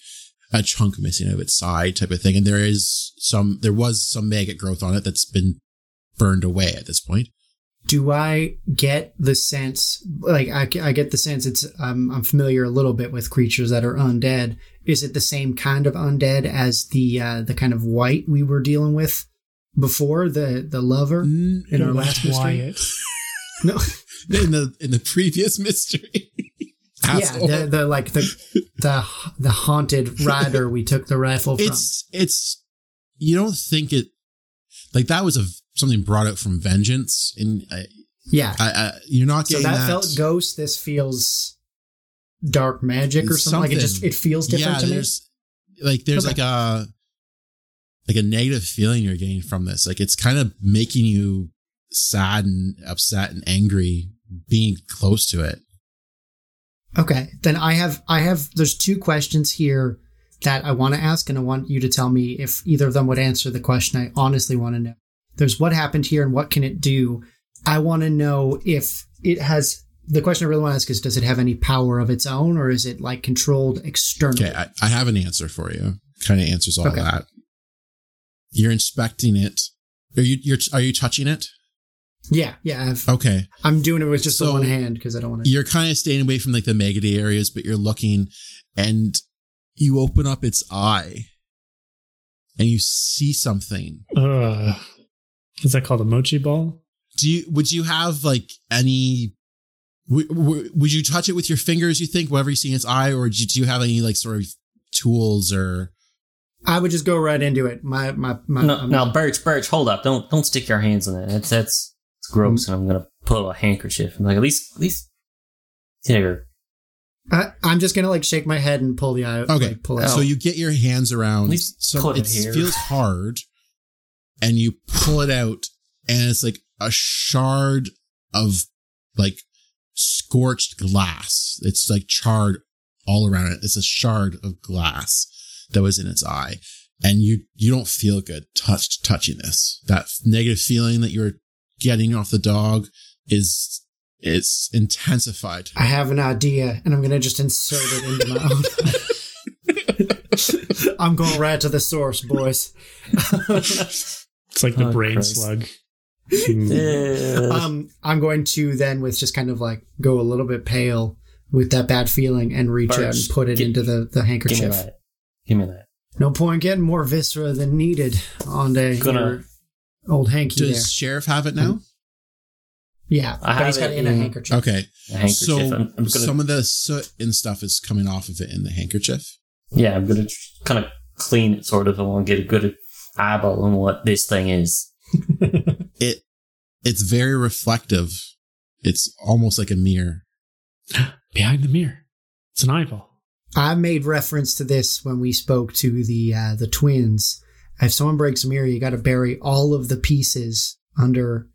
A: a chunk missing out of its side type of thing, and there is some. There was some maggot growth on it that's been burned away at this point.
D: do I get the sense, like, I, ca- I get the sense it's, um, I'm familiar a little bit with creatures that are undead. Is it the same kind of undead as the, uh, the kind of white we were dealing with before the, the lover?
A: Mm,
D: In our last mystery? No.
A: in the in the previous mystery. Asshole.
D: Yeah. The, the, like the, the, the haunted rider we took the rifle from.
A: it's it's you don't think it like that was a something brought out from vengeance uh, and I,
D: yeah.
A: I, I you're not
D: So
A: getting
D: that,
A: that,
D: felt ghost. This feels dark magic or something. Like it just
A: Something.
D: it feels different
A: yeah,
D: to me.
A: there's like there's
D: Okay.
A: like a like a negative feeling you're getting from this. Like it's kind of making you sad and upset and angry being close to it.
D: Okay, then I have I have there's two questions here that I want to ask, and I want you to tell me if either of them would answer the question I honestly want to know. There's what happened here and what can it do. I want to know if it has the question I really want to ask is does it have any power of its own or is it like controlled externally?
A: Okay, I, I have an answer for you. Kind of answers all
D: Okay.
A: that. You're inspecting it. Are you you're, are you touching it?
D: Yeah, yeah. I've,
A: Okay.
D: I'm doing it with just the
A: So-
D: one hand because I don't want to.
A: You're kind of staying away from like the megady areas, but you're looking and you open up its eye and you see something.
B: Uh, what's that called? A mochi ball?
A: Do you would you have like any w- w- would you touch it with your fingers, you think, whatever you see in its eye, or do do you have any like sort of tools or
D: I would just go right into it. My my my.
C: No,
D: I'm-
C: now, Birch, Birch, hold up! Don't don't stick your hands in it. That's that's it's gross, and I'm gonna pull a handkerchief. I'm like, at least, at least, here.
D: I, I'm just gonna like shake my head and pull the eye.
A: Okay.
D: like, pull it.
A: So
C: Oh.
A: you get your hands around.
C: At least
A: some-
C: put it here.
A: feels hard, and you pull it out, and it's like a shard of like scorched glass. It's like charred all around it. It's a shard of glass that was in its eye, and you you don't feel good touched touching this. That negative feeling that you're getting off the dog is is intensified.
D: I have an idea, and I'm gonna just insert it into my own. I'm going right to the source, boys.
B: It's like the
C: Oh,
B: brain
C: Christ.
B: slug.
A: Um,
C: Uh,
D: Um, I'm going to then, with just kind of like go a little bit pale with that bad feeling, and reach out and
C: First,
D: put it
C: gi-
D: into the the
C: give me
D: handkerchief.
C: that. Give me that.
D: No point getting more viscera than needed on the
C: Gonna-
D: your old hanky
A: Does sheriff have it now?
D: there. Yeah,
C: I
D: but he's
C: have
D: got
C: it
D: it in a
C: in-
D: handkerchief.
A: Okay.
C: A handkerchief.
A: So
C: I'm, I'm gonna.
A: some of the soot and stuff is coming off of it in the handkerchief.
C: yeah, I'm gonna kind of clean it, sort of, and want to get a good eyeball on what this thing is.
A: It it's very reflective. It's almost like a mirror.
B: Behind the mirror. It's an eyeball.
D: I made reference to this when we spoke to the uh, the twins. If someone breaks a mirror, you got to bury all of the pieces under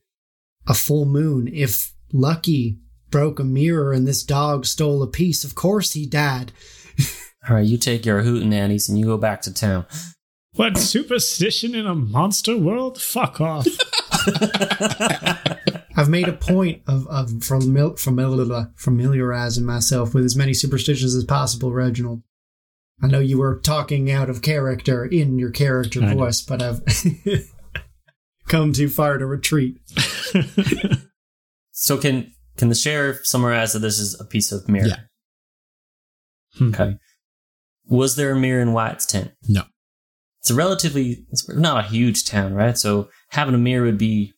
D: a full moon. If Lucky broke a mirror and this dog stole a piece, of course he died.
C: All right, you take your hootenannies and you go back to town.
B: What superstition in a monster world? Fuck off.
D: I've made a point of of famil- famil- familiarizing myself with as many superstitions as possible, Reginald. I know you were talking out of character in your character
B: I know.
D: voice, but I've come too far to retreat.
C: So can can the sheriff summarize that this is a piece of mirror?
A: Yeah. Hmm.
C: Okay. Was there a mirror in White's tent?
A: No.
C: It's a relatively it's not a huge town, right? So having a mirror would be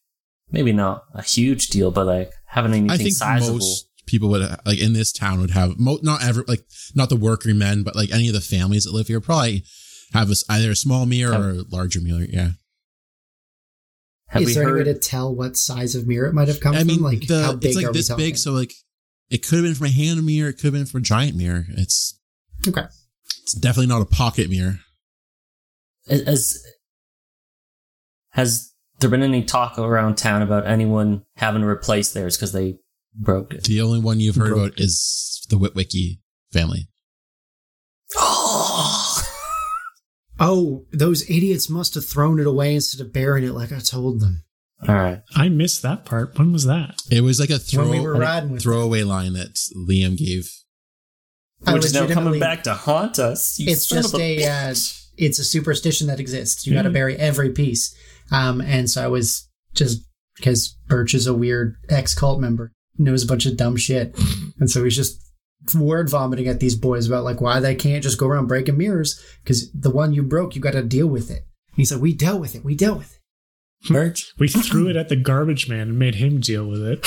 C: maybe not a huge deal, but like having anything
A: I think
C: sizable.
A: most people would like in this town would have mo- not ever like not the working men, but like any of the families that live here probably have a, s- either a small meal or a larger meal. Yeah,
C: Have
D: is
C: we
D: there any way
C: heard?
D: to tell what size of mirror it might have come
A: I mean
D: from? Like
A: the,
D: how big
A: it's like
D: are
A: this
D: we
A: big,
D: talking?
A: so like it could have been from a hand mirror, it could have been from a giant mirror. It's
D: okay.
A: it's definitely not a pocket mirror.
C: As, as- has there been any talk around town about anyone having to replace theirs because they broke it?
A: The only one you've heard
D: Broke.
A: about is the Witwicky family.
D: Oh, those idiots must have thrown it away instead of burying it like I told them.
C: All right.
B: I missed that part. When was that?
A: It was like a
D: When
A: throw,
D: we were riding with
A: throwaway line that Liam gave.
D: I
C: Which is now coming
D: legitimately-
C: back to haunt us. you
D: It's
C: son of
D: just a, uh,
C: bitch.
D: it's a superstition that exists. You got to
B: Yeah.
D: bury every piece. Um, and so I was just because Birch is a weird ex cult member, knows a bunch of dumb shit, and so he's just word vomiting at these boys about like why they can't just go around breaking mirrors because the one you broke, you got to deal with it. And he's like, we dealt with it. We dealt with it.
C: Merch?
B: We threw it at the garbage man and made him deal with it.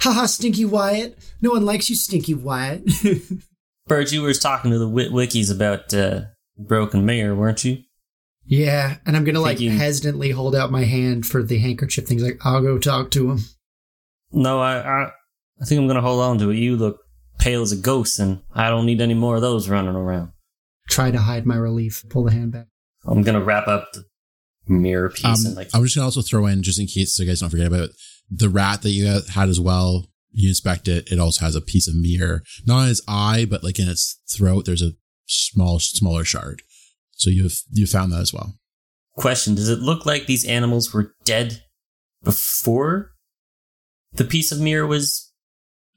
D: Haha, Stinky Wyatt. No one likes you, Stinky Wyatt.
C: Bird, you were talking to the Wit Wikis about uh, broken mayor, weren't you?
D: yeah, and I'm gonna like
C: Thank you.
D: hesitantly hold out my hand for the handkerchief things. Like, I'll go talk to him.
C: No, I, I, I think I'm gonna hold on to it. You look pale as a ghost, and I don't need any more of those running around.
D: Try to hide my relief. Pull the hand back.
C: I'm gonna wrap up the mirror piece
A: Um,
C: and like
A: I'm just gonna also throw in just in case so you guys don't forget about it, the rat that you had as well. You inspect it; it also has a piece of mirror, not in its eye, but like in its throat. There's a small, smaller shard. So you've you found that as well.
C: question: Does it look like these animals were dead before the piece of mirror was?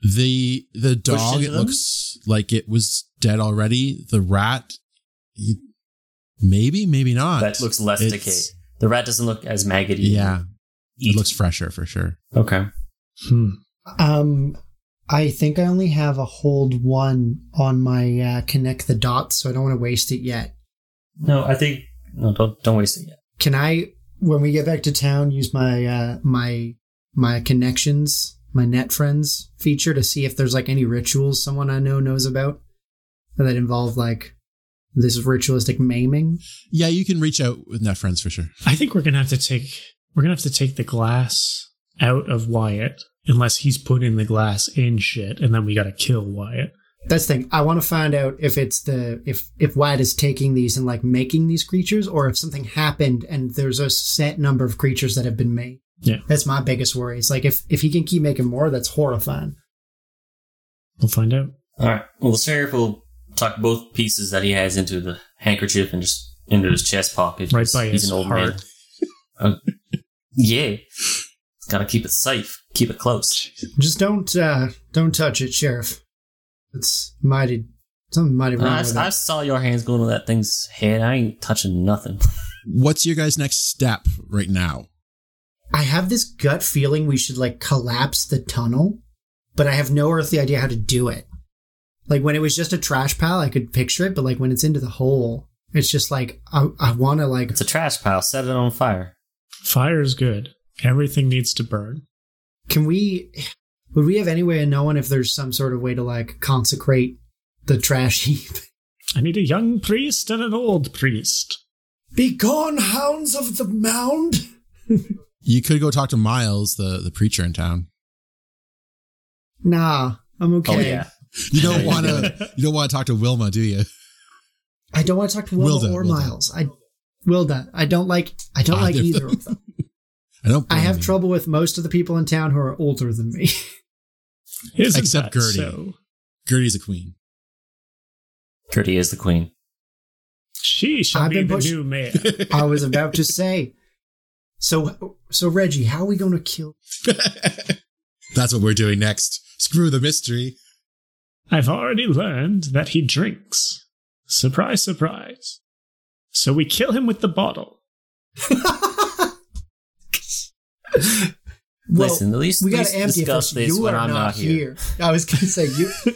A: the The dog
C: into
A: it
C: them?
A: looks like it was dead already. The rat, you, maybe, maybe not.
C: That looks less
A: It's-
C: decayed. The rat doesn't look as maggoty.
A: Yeah, it
C: Eat.
A: looks fresher for sure.
C: okay.
B: Hmm.
D: Um, I think I only have a hold one on my uh, connect the dots, so I don't want to waste it yet.
C: No, I think no. Don't don't waste it yet.
D: Can I, when we get back to town, use my uh, my my connections, my net friends feature to see if there's like any rituals someone I know knows about that involve like this ritualistic maiming?
A: Yeah, you can reach out with net friends for sure.
B: I think we're gonna have to take we're gonna have to take the glass out of Wyatt unless he's putting the glass in shit, and then we gotta kill Wyatt.
D: That's the thing. I want to find out if it's the if if Wyatt is taking these and like making these creatures, or if something happened and there's a set number of creatures that have been made.
B: Yeah.
D: that's my biggest worry. It's like if if he can keep making more, that's horrifying.
B: We'll find out.
C: All right. Well, the sheriff will tuck both pieces that he has into the handkerchief and just into his chest pocket.
B: Right
C: He's-
B: by
C: he's
B: his
C: an old man.
B: heart.
C: Uh, yeah, gotta keep it safe. Keep it close.
D: Just don't uh don't touch it, sheriff. It's mighty something mighty wrong
C: I,
D: with
C: I
D: it.
C: saw your hands going to that thing's head. I ain't touching nothing.
A: What's your guys' next step right now?
D: I have this gut feeling we should like collapse the tunnel, but I have no earthly idea how to do it. Like when it was just a trash pile, I could picture it, but like when it's into the hole, it's just like I, I want to like
C: It's a trash pile. Set it on fire.
B: Fire's good. Everything needs to burn.
D: Can we? Would we have any way of knowing if there's some sort of way to like consecrate the trash heap?
B: I need a young priest and an old priest.
D: Begone, hounds of the mound!
A: You could go talk to Miles, the the preacher in town.
D: Nah, I'm okay.
C: Oh yeah.
A: You don't want to. You don't want to talk to Wilma, do you?
D: I don't want to talk to Wilda,
A: Wilda,
D: or
A: Wilda.
D: Miles. I Wilda. I don't like. I don't like
A: Either.
D: either of them.
A: I don't.
D: I
A: blame
D: have
C: Mm.
A: you.
D: trouble with most of the people in town who are older than me.
B: Isn't
A: Except
B: that
A: Gertie.
B: so?
A: Gertie's a queen.
C: Gertie is the queen.
B: She shall
D: I've
B: be
D: been
B: the
D: push-
B: new mayor.
D: I was about to say. So, so Reggie, how are we going to kill?
A: That's what we're doing next. Screw the mystery.
B: I've already learned that he drinks. Surprise, surprise. So we kill him with the bottle.
D: well,
C: Listen, at least
D: we
C: we
D: got
C: least
D: to empty it
C: discuss
D: first.
C: this
D: You
C: when
D: are
C: I'm
D: not here. I was going to say you.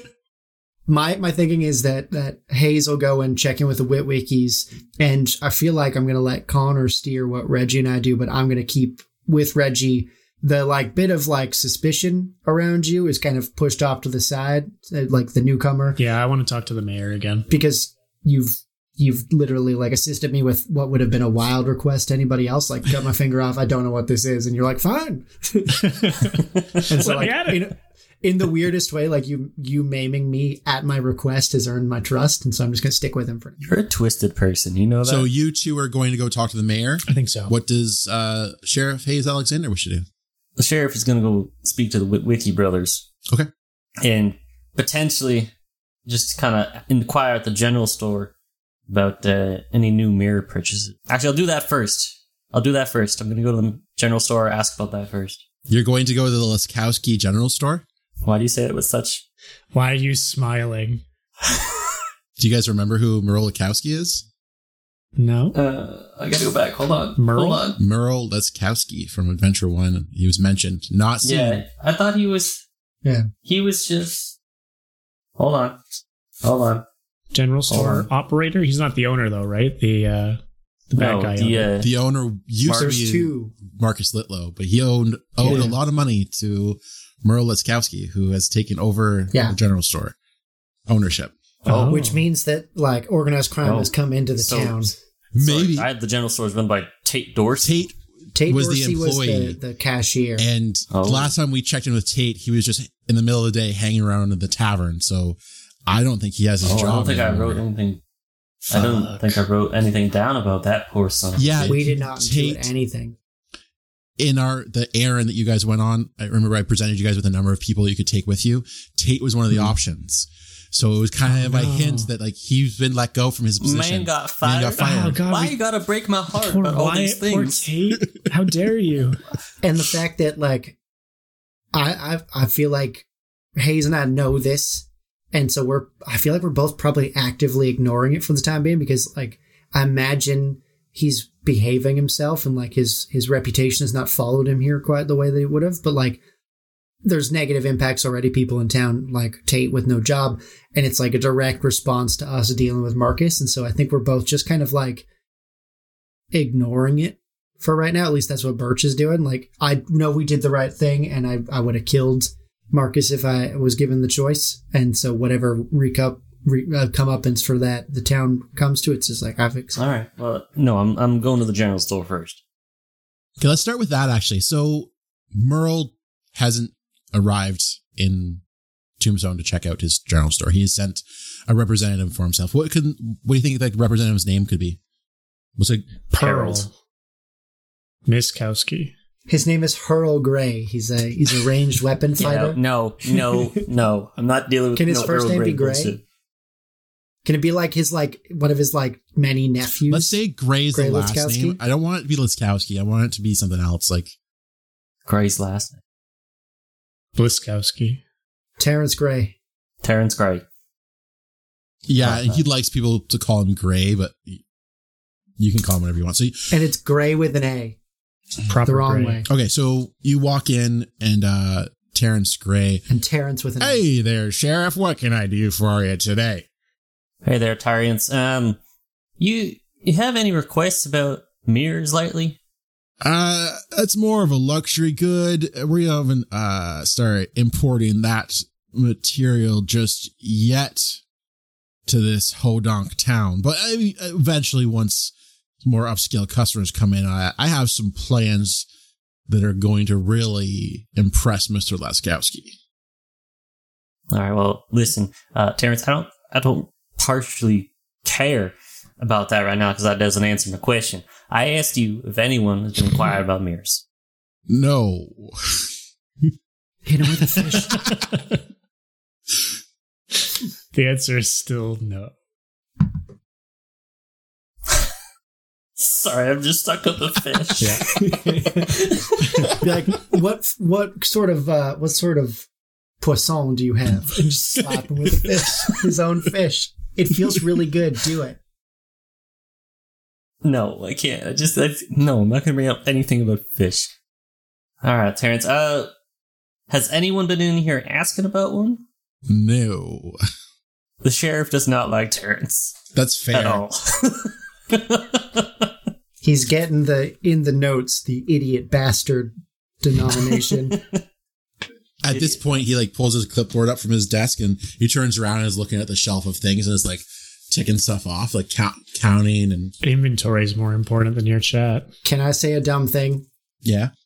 D: My my thinking is that that Hayes will go and check in with the Witwickies, and I feel like I'm going to let Connor steer what Reggie and I do, but I'm going to keep with Reggie the like bit of like suspicion around you is kind of pushed off to the side, uh, like the newcomer,
B: Yeah, I want to talk to the mayor again.
D: because you've you've literally like assisted me with what would have been a wild request to anybody else, like cut my finger off, I don't know what this is, and you're like, fine. And
B: Let me at it.
D: in, in the weirdest way, like you you maiming me at my request has earned my trust, and so I'm just gonna stick with him for
C: You're a twisted person. You know that.
A: So you two are going to go talk to the mayor.
B: I think so.
A: What does uh, Sheriff Hayes Alexander wish to do?
C: the sheriff is going to go speak to the Wi- Wiki brothers.
A: Okay.
C: And potentially just kind of inquire at the general store about uh, any new mirror purchases. Actually, I'll do that first. I'll do that first. I'm going to go to the general store, ask about that first.
A: You're going to go to the Laskowski General Store.
C: Why do you say it with such?
B: Why are you smiling?
A: Do you guys remember who Merle Laskowski is?
B: No.
C: Uh, I got to go back. Hold on.
B: Merle?
C: Hold on.
A: Merle Laskowski from Adventure One. He was mentioned, not seen.
C: Yeah, I thought he was.
D: Yeah.
C: He was just. Hold on. Hold on.
B: General
C: Hold
B: store
C: on.
B: operator. He's not the owner though, right? The uh the bad
C: no,
B: guy.
C: the,
B: owner.
C: uh,
A: The owner used
D: now. There's
A: to be
D: two.
A: Marcus Litlow, but he owned owed
B: Yeah.
A: a lot of money to Merle Laskowski, who has taken over
D: Yeah.
A: the general store ownership.
C: Oh.
D: uh, Which means that like organized crime
C: Oh.
D: has come into the
C: So-
D: town.
C: sorry,
A: Maybe
C: I had the general store is run by Tate Dorsey.
A: Tate
D: Tate
A: was the
D: Dorsey was
A: employee.
D: the, the cashier.
A: and
C: Oh.
A: the last time we checked in with Tate, he was just in the middle of the day hanging around in the tavern. So I don't think he has his
C: Oh,
A: job.
C: I don't think I
A: anymore.
C: wrote anything. I don't
B: Fuck.
C: think I wrote anything down about that poor son.
A: Yeah,
D: we did not do
A: Tate-
D: anything.
A: in our the errand that you guys went on, I remember I presented you guys with a number of people you could take with you. Tate was one of the
B: Hmm.
A: options. So it was kind of a
B: no.
A: hint that like he's been let go from his position.
C: Oh, Man got
A: Man
C: fired.
A: got
B: Oh
A: fired.
B: god.
C: Why
B: we-
C: you gotta break my heart
B: poor
C: about all these
B: Wyatt, poor
C: things?
B: Tate. How dare you?
D: And the fact that like I I I feel like Hayes and I know this, and so we're I feel like we're both probably actively ignoring it for the time being because like I imagine he's behaving himself and like his his reputation has not followed him here quite the way that he would have, but like there's negative impacts already people in town like Tate with no job and it's like a direct response to us dealing with Marcus and so I think we're both just kind of like ignoring it for right now at least that's what Birch is doing like I know we did the right thing and I I would have killed Marcus if I was given the choice and so whatever recup re, uh, comeuppance for that the town comes to it's just like I've ex-
C: All right. Well, no, I'm I'm going to the general store first.
A: Okay, let's start with that actually. So Merle hasn't arrived in Tombstone to check out his general store. He has sent a representative for himself. What could what do you think that representative's name could be? Was it
C: Harold.
B: Miss Kowski.
D: His name is Hurl Gray. He's a he's a ranged weapon
C: Yeah,
D: fighter.
C: no, no, no. I'm not dealing with.
D: Can his
C: no
D: first
C: Earl
D: name be Gray?
C: bullshit.
D: Can it be like his like one of his like many nephews?
A: let's say Gray's
D: Gray
A: the last
D: Laskowski?
A: name. I don't want it to be Laskowski. I want it to be something else. Like
C: Gray's last name.
B: Bliskowski.
D: Terrence Gray.
C: Terrence Gray.
A: Yeah,
C: Like
A: and uh, he
C: that.
A: likes people to call him Gray, but you can call him whatever you want. So, you-
D: And it's Gray with an A.
B: Proper
D: the wrong
B: Gray.
D: way.
A: okay, so you walk in and uh Terrence Gray.
D: And Terrence with an A.
A: Hey there, Sheriff. What can I do for you today?
C: Hey there, Tyrants. Um, you you have any requests about mirrors lately?
A: Uh, that's more of a luxury good. We haven't uh started importing that material just yet to this Hodonk town, but I mean, eventually, once more upscale customers come in, I, I have some plans that are going to really impress Mister Laskowski.
C: All right. Well, listen, uh, Terrence. I don't. I don't partially care about that right now because that doesn't answer my question. I asked you if anyone has been inquired about mirrors.
A: No,
D: Hit him with a fish.
B: The answer is still no.
C: Sorry, I'm just stuck on the fish.
D: Be like, what what sort of uh what sort of poisson do you have? And just slap him with a fish. His own fish. It feels really good. Do it.
C: No, I can't. I just I, no. I'm not gonna bring up anything about fish. All right, Terrence. Uh, has anyone been in here asking about one?
A: no,
C: The sheriff does not like Terrence
A: that's fair.
C: at all.
D: He's getting the in the notes the idiot bastard denomination.
A: At this point, he like pulls his clipboard up from his desk and he turns around and is looking at the shelf of things and is like ticking stuff off, like count, counting and
B: Inventory is more important than your chat.
D: Can I say a dumb thing?
A: yeah.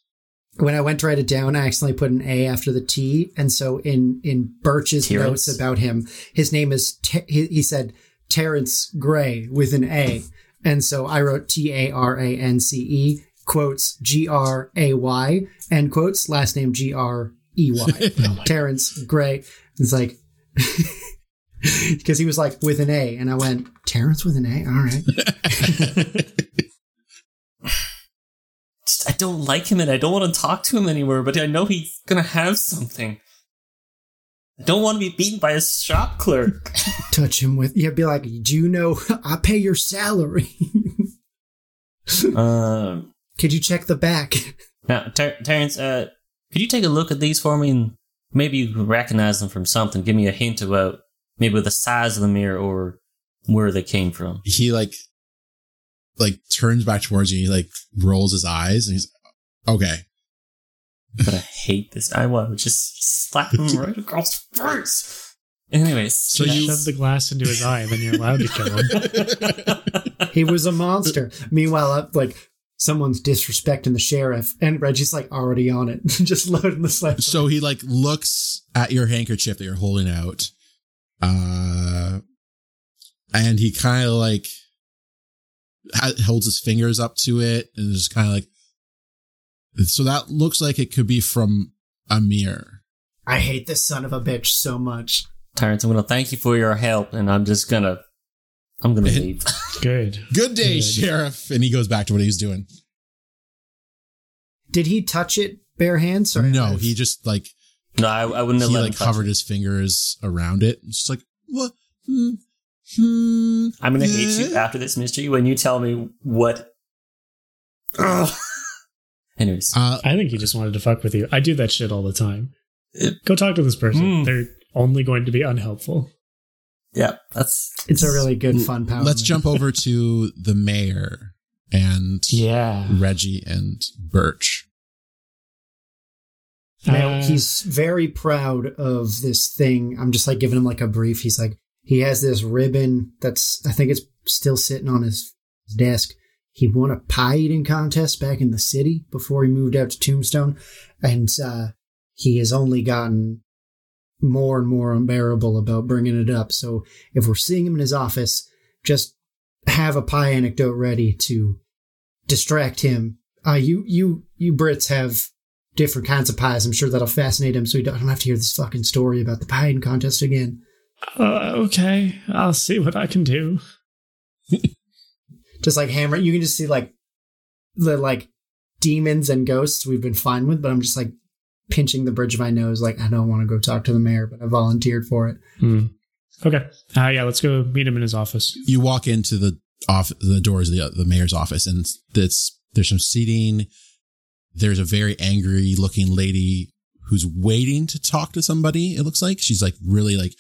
D: When I went to write it down, I accidentally put an A after the T, and so in in Birch's
C: Terrence?
D: notes about him, his name is Te- he, he said Terrence Gray with an A, and so I wrote T A R A N C E quotes G R A Y end quotes last name G R E Y Terrence Gray. It's like because he was like with an A, and I went Terrence with an A. All right,
C: Just- I don't like him and I don't want to talk to him anymore, but I know he's gonna have something. I don't want to be beaten by a shop clerk.
D: touch him with yeah. Be like, do you know I pay your salary?
C: um,
D: Could you check the back?
C: now, Ter- Terrence, uh, could you take a look at these for me and maybe you can recognize them from something? Give me a hint about maybe the size of the mirror or where they came from.
A: He like like turns back towards you. He like rolls his eyes and he's okay.
C: But I hate this. I want to just slap him right across the face. Anyways,
A: So
B: So
A: you-
B: you shove the glass into his eye, and then you're allowed to kill him.
D: He was a monster. Meanwhile, i like someone's disrespecting the sheriff, and Reggie's like already on it, just loading the sled.
A: So he like looks at your handkerchief that you're holding out. Uh and he kind of like ha- holds his fingers up to it and is kind of like so that looks like it could be from a mirror.
D: I hate this son of a bitch so much.
C: Terrence, I'm gonna thank you for your help, and I'm just gonna, I'm gonna leave.
B: Good.
A: Good day,
B: Good.
A: sheriff. And he goes back to what he was doing.
D: Did he touch it bare hands? Sorry,
A: no, he just like
C: No, I, I wouldn't have
A: he
C: let
A: like
C: him touch
A: covered
C: it.
A: his fingers around it. It's Just like what? Hmm, hmm.
C: I'm gonna hate you
A: Yeah.
C: after this mystery when you tell me what. Ugh. Anyways,
A: Uh,
B: I think he just wanted to fuck with you. I do that shit all the time.
C: It-
B: Go talk to this person.
C: Mm.
B: They're only going to be unhelpful.
C: yeah, that's
D: It's a really good fun power.
A: let's
D: move.
A: jump over to the mayor and
B: Yeah.
A: Reggie and Birch.
D: Now he's very proud of this thing. I'm just like giving him like a brief. He's like he has this ribbon that's I think it's still sitting on his desk. He won a pie eating contest back in the city before he moved out to Tombstone, and uh, he has only gotten more and more unbearable about bringing it up. So if we're seeing him in his office, just have a pie anecdote ready to distract him. Uh, you you you Brits have different kinds of pies. I'm sure that'll fascinate him, so he don't have to hear this fucking story about the pie eating contest again.
B: Uh, okay, I'll see what I can do.
D: Just like hammer, you can just see like the like demons and ghosts we've been fine with, but I'm just like pinching the bridge of my nose, like I don't want to go talk to the mayor, but I volunteered for it.
B: Hmm. Okay. Uh, yeah, let's go meet him in his office.
A: You walk into the off the doors of the, the mayor's office, and it's there's some seating. There's a very angry looking lady who's waiting to talk to somebody. It looks like she's like really like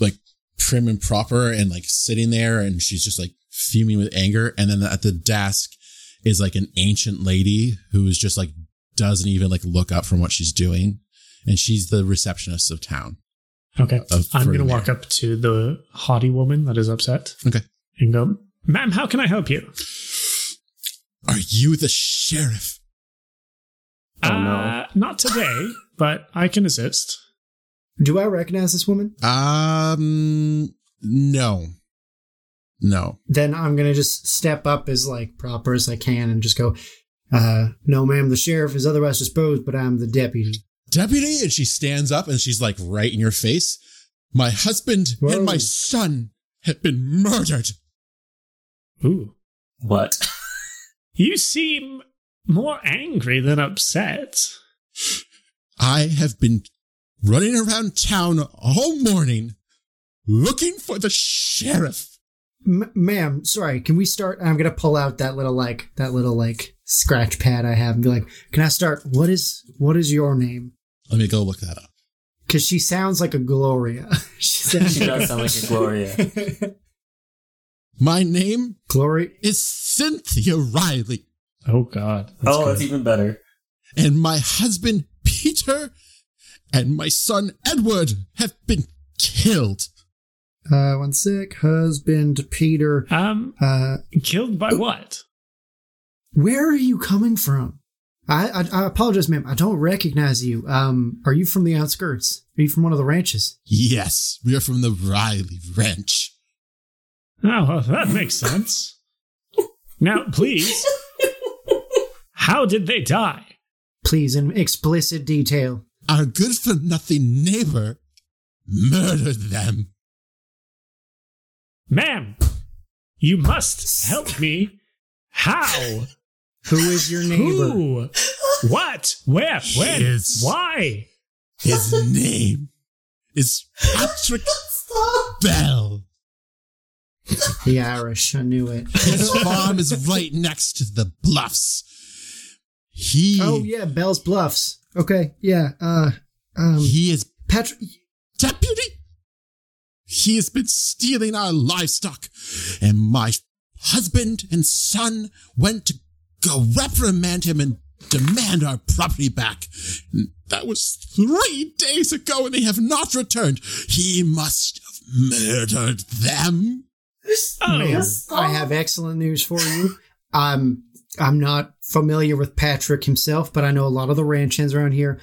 A: like prim and proper and like sitting there, and she's just like fuming with anger. And then at the desk is like an ancient lady who is just like doesn't even like look up from what she's doing, and she's the receptionist of town.
B: Okay.
A: Of-
B: I'm
A: for
B: going to
A: the
B: walk
A: mayor.
B: up to the haughty woman that is upset.
A: Okay.
B: And go, ma'am, how can I help you?
A: Are you the sheriff?
C: Oh, no.
B: Uh, not today, but I can assist.
D: Do I recognize this woman?
A: Um, no, no.
D: Then I'm gonna just step up as like proper as I can and just go. Uh, no, ma'am. The sheriff is otherwise disposed, but I'm the deputy.
A: Deputy, and she stands up and she's like right in your face. My husband
D: Whoa.
A: and my son have been murdered.
B: Ooh.
C: what.
B: You seem more angry than upset.
A: I have been running around town all morning looking for the sheriff.
D: M- ma'am, sorry, can we start? I'm gonna pull out that little like that little like scratch pad I have and be like, can I start? What is what is your name?
A: Let me go look that up.
D: Because she sounds like a Gloria. she
C: She
D: sounds
C: does sound like a Gloria.
A: My name
D: Gloria.
A: is Cynthia Riley,
B: Oh, God.
C: oh, that's even better.
A: and my husband Peter and my son Edward have been killed.
D: Uh, one sec. Husband Peter.
B: Um,
D: Uh,
B: killed by what?
D: where are you coming from? I, I I apologize, ma'am. I don't recognize you. Um, are you from the outskirts? Are you from one of the ranches?
A: Yes, we are from the Riley Ranch.
B: Oh, well, that makes sense. now, please. How did they die?
D: Please, in explicit detail.
A: Our good for nothing neighbor murdered them.
B: Ma'am, you must help me. How?
D: Who is your neighbor?
B: Who? What? Where? When?
A: Yes.
B: Why?
A: His name is Patrick
C: Stop.
A: Bell.
D: The Irish. I knew it.
A: His farm is right next to the bluffs. He
D: Oh yeah, Bell's Bluffs. Okay, yeah. Uh, um,
A: he is
D: Patrick.
A: deputy. He has been stealing our livestock, and my husband and son went to go reprimand him and demand our property back. That was three days ago, and they have not returned. He must have murdered them.
B: Oh,
D: Ma'am,
C: stop.
D: I have excellent news for you. I'm I'm not familiar with Patrick himself, but I know a lot of the ranch hands around here.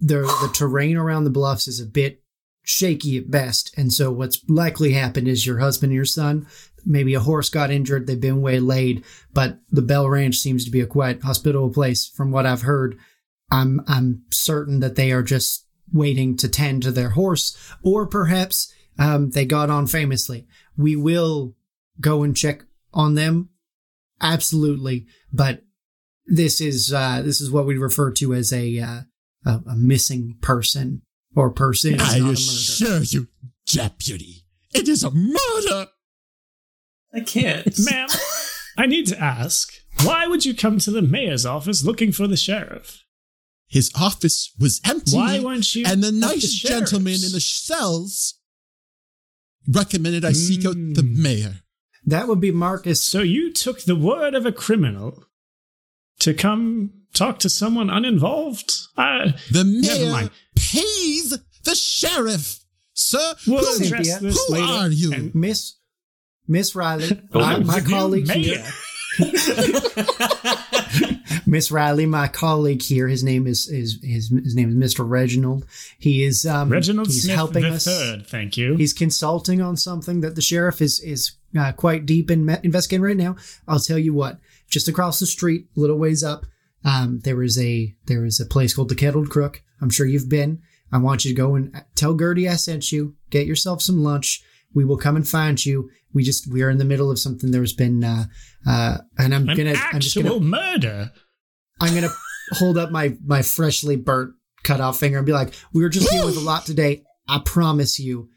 D: The the terrain around the bluffs is a bit shaky at best, and so what's likely happened is your husband and your son, maybe a horse got injured, they've been waylaid, but the Bell Ranch seems to be a quite hospitable place from what I've heard. I'm I'm certain that they are just waiting to tend to their horse, or perhaps um, they got on famously. We will go and check on them, absolutely. But this is uh, this is what we refer to as a uh, a, a missing person or person. It's
A: I
D: not a murder.
A: assure you, deputy, it is a murder.
C: I can't.
B: Ma'am, I need to ask why would you come to the mayor's office looking for the sheriff?
A: His office was empty.
B: Why weren't you
A: and the
B: at the
A: nice
B: sheriff's?
A: gentleman in the cells recommended I seek out the
B: Mm.
A: mayor.
D: That would be Marcus.
B: So you took the word of a criminal to come talk to someone uninvolved? I,
A: The
B: Never
A: mayor
B: mind.
A: pays the sheriff, sir.
B: we'll
A: who
D: Cynthia,
B: address this
A: who
B: later.
A: are you?
B: and-
D: Miss Miss Riley,
C: Oh,
D: my, my
B: You
D: colleague
B: mayor.
D: here. Miss Riley, my colleague here. His name is is his, his name is Mr. Reginald. He is um,
B: Reginald
D: he's
B: Smith
D: helping
B: the
D: us.
B: third, thank you.
D: He's consulting on something that the sheriff is is uh, quite deep in me- investigating right now. I'll tell you what. Just across the street, a little ways up, um, there is a there is a place called the Kettled Crook. I'm sure you've been. I want you to go and uh, tell Gertie I sent you. Get yourself some lunch. We will come and find you. We just we are in the middle of something. There's been uh, uh, and I'm
B: An
D: gonna I'm just
B: actual
D: gonna
B: murder.
D: I'm gonna hold up my my freshly burnt cut off finger and be like, "We were just dealing with a lot today. I promise you."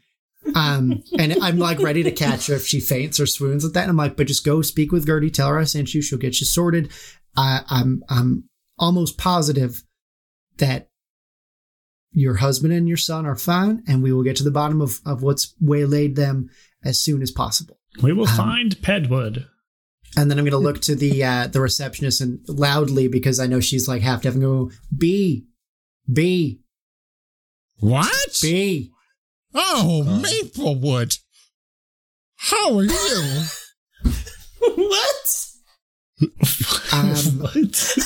D: Um, and I'm like ready to catch her if she faints or swoons at that. And I'm like, "But just go speak with Gertie. Tell her I sent you. She'll get you sorted." I, I'm I'm almost positive that your husband and your son are fine, and we will get to the bottom of of what's waylaid them as soon as possible.
B: We will
D: Um,
B: find Pedwood.
D: And then I'm gonna look to the uh, the receptionist and loudly because I know she's like half deaf and go B, B,
A: What?
D: B.
A: Oh,
C: Uh.
A: Maplewood. How are you?
C: what?
D: Um,
B: What?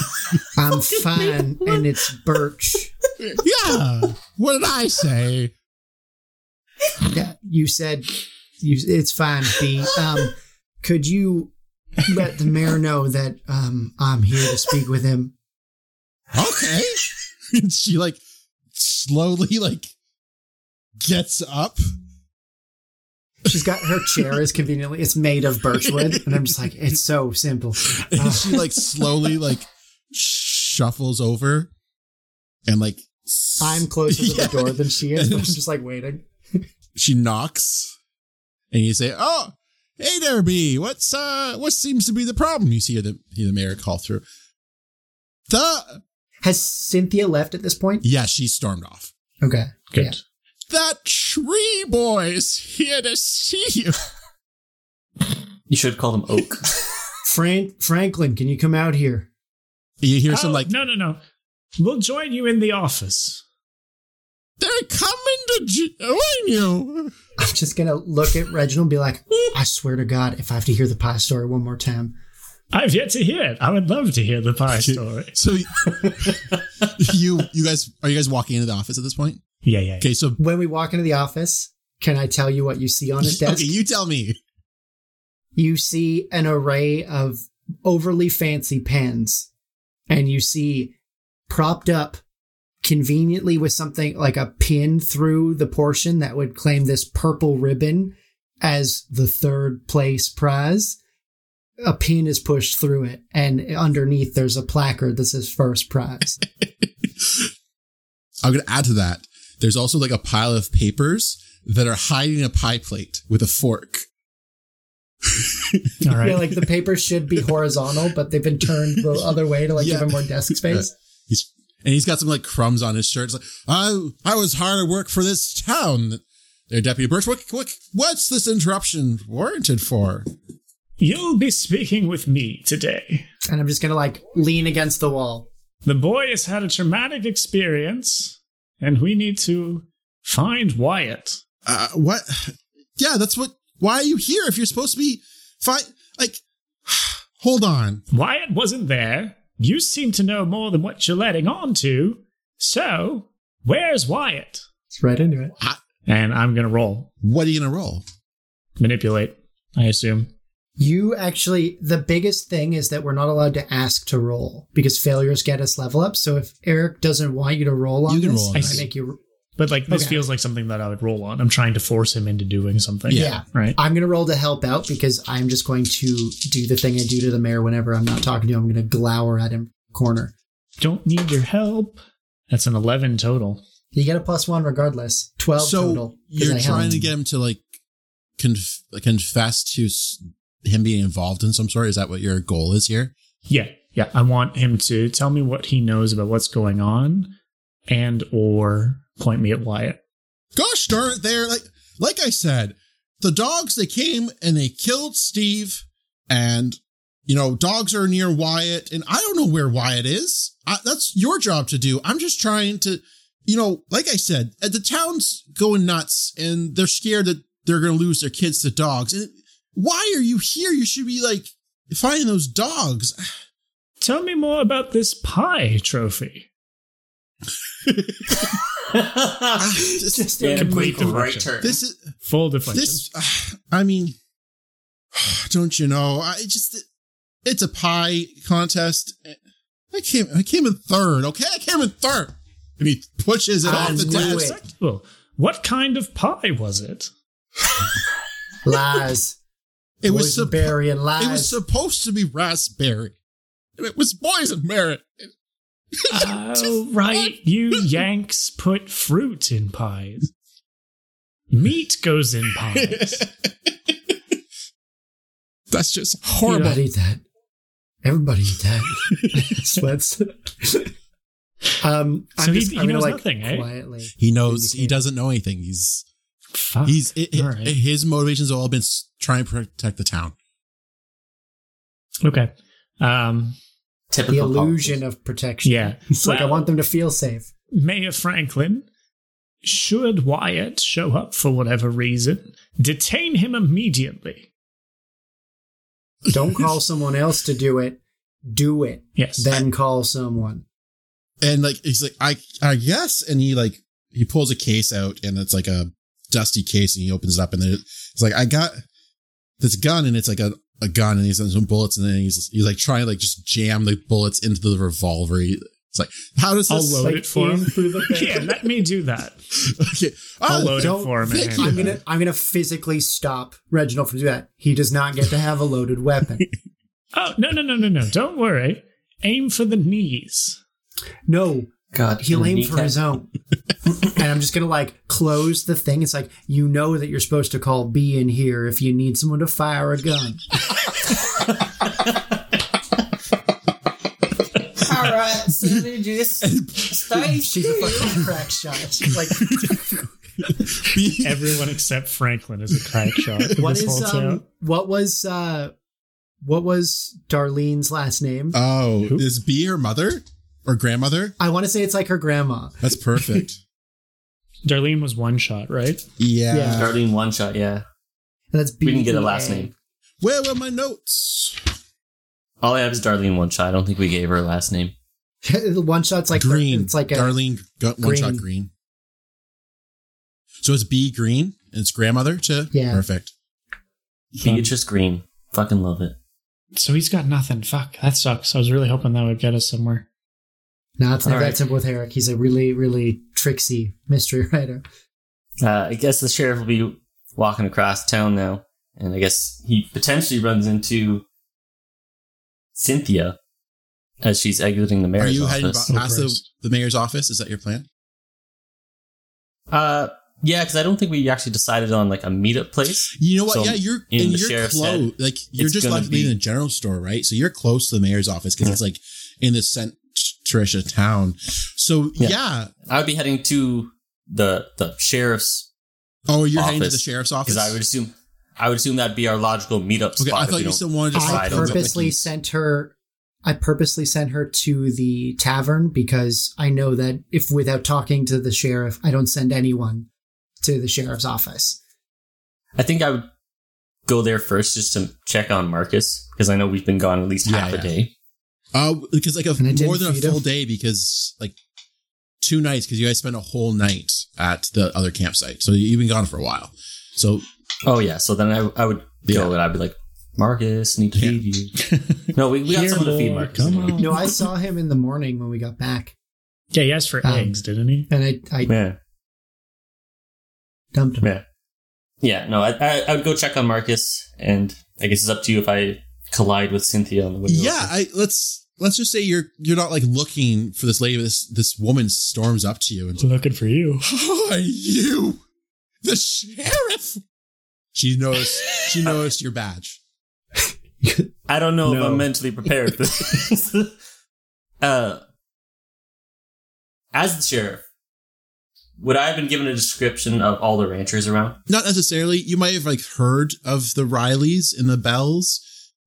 D: I'm fine, and it's Birch.
A: yeah. What did I say?
D: Yeah, you said you, it's fine, B. Um, could you let the mayor know that um, I'm here to speak with him?
A: Okay. and she like slowly like gets up.
D: She's got her chair is conveniently it's made of birchwood, and I'm just like it's so simple.
A: and she like slowly like shuffles over and like s-
D: I'm closer to
A: Yeah.
D: the door than she is, but I'm just like waiting.
A: she knocks and you say oh hey there b what's uh what seems to be the problem you see the, hear the mayor call through the
D: Has Cynthia left at this point?
A: yeah she stormed off
D: Okay,
B: Good.
D: Yeah.
A: that tree boy is here to see you
C: You should call him Oak.
D: Frank Franklin, can you come out here?
A: you hear
B: Oh,
A: some like
B: no, no, no. We'll join you in the office.
A: They're coming to join you.
D: I'm just gonna look at Reginald and be like, I swear to God, if I have to hear the pie story one more time,
B: I've yet to hear it. I would love to hear the pie
A: Okay.
B: story.
A: So you you guys are you guys walking into the office at this point?
B: Yeah, yeah. yeah.
A: Okay, so
D: when we walk into the office, can I tell you what you see on his desk?
A: okay, you tell me.
D: you see an array of overly fancy pens and you see propped up conveniently with something like a pin through the portion that would claim this purple ribbon as the third place prize a pin is pushed through it and underneath there's a placard that says first prize
A: I'm gonna add to that. There's also like a pile of papers that are hiding a pie plate with a fork.
B: All right.
D: yeah, like the paper should be horizontal but they've been turned the other way to like
A: Yeah.
D: give them more desk space
A: He's and he's got some like crumbs on his shirt. It's like, I I was hard at work for this town. Their deputy Birch, what, what what's this interruption warranted for?
B: You'll be speaking with me today.
D: and i'm just gonna like lean against the wall
B: The boy has had a traumatic experience, and we need to find Wyatt.
A: Uh, what? Yeah, that's what. Why are you here if you're supposed to be fine? Like, hold on.
B: Wyatt wasn't there. You seem to know more than what you're letting on to. So, where's Wyatt?
D: it's right into it
B: And I'm going to roll.
A: What are you gonna roll?
B: Manipulate, I assume.
D: You actually, the biggest thing is that we're not allowed to ask to roll because failures get us level up. So if Eric doesn't want you to roll on
A: You can
D: this,
A: roll on
D: I
A: this.
D: make you.
B: But, like, this
D: Okay.
B: feels like something that I would roll on. I'm trying to force him into doing something.
A: Yeah.
D: Yeah.
B: Right?
D: I'm gonna roll to help out because I'm just going to do the thing I do to the mayor whenever I'm not talking to him. I'm gonna glower at him corner.
B: Don't need your help. That's an 11 total.
D: You get a plus one regardless. Twelve
A: so
D: total. 'cause
A: you're
D: I
A: trying
D: helped.
A: to get him to like conf- confess to s- him being involved in some sort. Is that what your goal is here?
B: Yeah. Yeah. I want him to tell me what he knows about what's going on and or point me at Wyatt.
A: Gosh darn it! There, like like I said, the dogs they came and they killed Steve, and you know dogs are near Wyatt, and I don't know where Wyatt is. I, that's your job to do. I'm just trying to, you know, like I said, uh, the town's going nuts, and they're scared that they're going to lose their kids to dogs. And why are you here? You should be like finding those dogs.
B: Tell me more about this pie trophy.
A: Ah, this,
D: Just
C: yeah,
B: complete
C: complete right
B: correction.
C: turn.
A: this is.
B: Full deflection.
A: This, uh, I mean, don't you know? I it just, it's a pie contest. I came, I came in third. Okay, I came in third. And he pushes it
D: I
A: off the
D: knew
A: desk.
D: it.
B: Acceptable. What kind of pie was it?
D: lies.
A: It was, supp- it
D: boysenberry and lies.
A: was supposed to be raspberry. And it was boysenberry.
B: Oh, right. You Yanks put fruit in pies. Meat goes in pies.
A: That's just
D: Everybody
A: horrible.
D: eat that. Everybody eat that. Sweats. um,
B: So
D: I'm
B: he-
D: just,
B: he
D: I'm gonna
B: knows
D: like
B: nothing, eh?
D: quietly.
A: He knows,
D: he
A: doesn't know anything. He's,
B: Fuck.
A: he's, eh,
B: All right.
A: his motivations have all been trying to protect the town.
B: okay. Um,
D: the
C: Typical
D: illusion of protection.
B: Yeah.
D: It's like I
B: Well-
D: want them to feel safe.
B: Mayor Franklin, should Wyatt show up for whatever reason, detain him immediately.
D: Don't call someone else to do it. Do it.
B: Yes.
D: Then call someone.
A: and like he's like i i guess and he like he pulls a case out and it's like a dusty case and he opens it up and there- it's like i got this gun and it's like a, a gun and he's got some bullets and then he's he's like trying to like just jam the bullets into the revolver it's like how does
B: I'll
A: this
B: load
D: Like,
B: it for
D: in
B: him.
D: through the
B: yeah, let me do that.
A: okay
B: I'll
A: oh,
B: load it
D: don't
B: for him. and
A: think
B: hand
D: I'm
B: it
D: gonna I'm gonna physically stop Reginald from doing that. He does not get to have a loaded weapon.
B: Oh, no, no, no, no, no. Don't worry. Aim for the knees.
D: No,
C: God,
D: he'll
C: your
D: aim for
C: kneecap-
D: his own. and I'm just gonna like close the thing. It's like you know that you're supposed to call B in here if you need someone to fire a gun.
C: All right, so you just stay
D: She's a fucking crack shot. She's like
B: Everyone except Franklin is a crack shot. in
D: what
B: this whole
D: is
B: town.
D: um, what was
C: Oh.
D: uh what was Darlene's last name?
A: oh is b your mother or grandmother.
D: I want to say it's like her grandma.
A: That's perfect.
B: Darlene was one shot, right?
A: Yeah.
D: Yeah.
C: Darlene one shot, yeah.
D: And that's E
C: We didn't get a last
D: BEA.
C: name.
A: Where were my notes?
C: All I have is Darlene one shot. I don't think we gave her a last name.
D: The one shot's like
A: green.
D: It's like a
A: Darlene got one shot
D: green.
A: green. So it's B green and it's grandmother too.
D: Yeah.
A: Perfect.
C: Beatrice Green. Fucking love it.
B: So he's got nothing. Fuck, that sucks. I was really hoping that would get us somewhere.
D: No, it's not
C: All
D: that
C: right.
D: simple with Eric. He's a really, really tricksy mystery writer.
C: Uh, I guess the sheriff will be walking across town now, and I guess he potentially runs into Cynthia as she's exiting the
A: Are
C: mayor's
A: you heading
C: office.
A: past the, the mayor's office? Is that your plan?
C: uh, yeah, because I don't think we actually decided on like a meetup place.
A: You know what?
C: So,
A: yeah, you're
C: in
A: and
C: the
A: you're
C: sheriff's
A: close.
C: head,
A: like you're
C: it's
A: just
C: gonna
A: left being
C: be-
A: in a general store, right? So you're close to the mayor's office because
C: Yeah.
A: it's like in the centrish town. So yeah.
C: Yeah. I would be heading to the the sheriff's
A: Oh, you're heading to the
C: Office.
A: sheriff's
C: because
A: office.
C: I would assume I would assume that'd be our logical meetup
A: okay,
C: spot.
A: I
C: if we
A: thought you
C: don't-
A: still wanted to.
C: Just
D: I
C: slide over.
D: purposely sent her. I purposely sent her to the tavern because I know that if without talking to the sheriff, I don't send anyone to the sheriff's office.
C: I think I would go there first just to check on Marcus because I know we've been gone at least
A: Yeah,
C: half
A: yeah.
C: a day.
A: Uh, because like a,
D: And I didn't
A: more than a
D: feed him.
A: full day because like two nights because you guys spent a whole night at the other campsite, so you've been gone for a while. So
C: Oh yeah, so then I, I would
A: Yeah.
C: go and I'd be like, Marcus, need to
A: Yeah.
C: feed you. No, we, we got
B: Here,
C: someone to feed
B: boy,
C: Marcus.
B: come on.
D: No, I saw him in the morning when we got back,
B: Yeah, he asked for
D: Um,
B: eggs, didn't he?
D: and I, I
C: Yeah,
D: dumped him.
C: Yeah. yeah. No, I, I I would go check on Marcus, and I guess it's up to you if I collide with Cynthia on the way.
A: yeah,
C: over.
A: I, let's let's just say you're you're not like looking for this lady. but This this woman storms up to you and
B: Looking for you.
A: "Who are you, the sheriff?" She noticed she noticed your badge.
C: I don't know
B: No.
C: if I'm mentally prepared for this. uh, as the sheriff, would I have been given a description of all the ranchers around?
A: Not necessarily. You might have like heard of the Rileys and the Bells,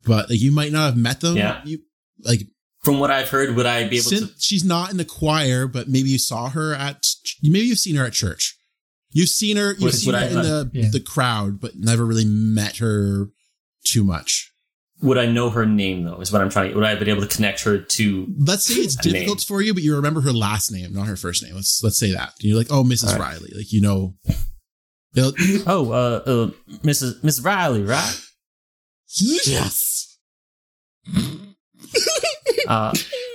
A: but like you might not have met them.
C: Yeah.
A: You like
C: From what I've heard, would I be able
A: Sin-
C: to?
A: she's not in the choir, but maybe you saw her at ch- maybe you've seen her at church. You've seen her, you've
C: What-
A: seen
C: what
A: her
C: I-
A: in the
D: yeah.
A: the crowd, but never really met her too much.
C: Would I know her name though? Is what I'm trying. to Would I have been able to connect her to?
A: Let's say it's
C: A name.
A: difficult for you, but you remember her last name, not her first name. Let's let's say that you're like, oh, Mrs.
C: All
A: Riley, like you know, they'll-
C: Oh, uh, uh Mrs. Miss Riley, right?
A: yes.
C: Uh,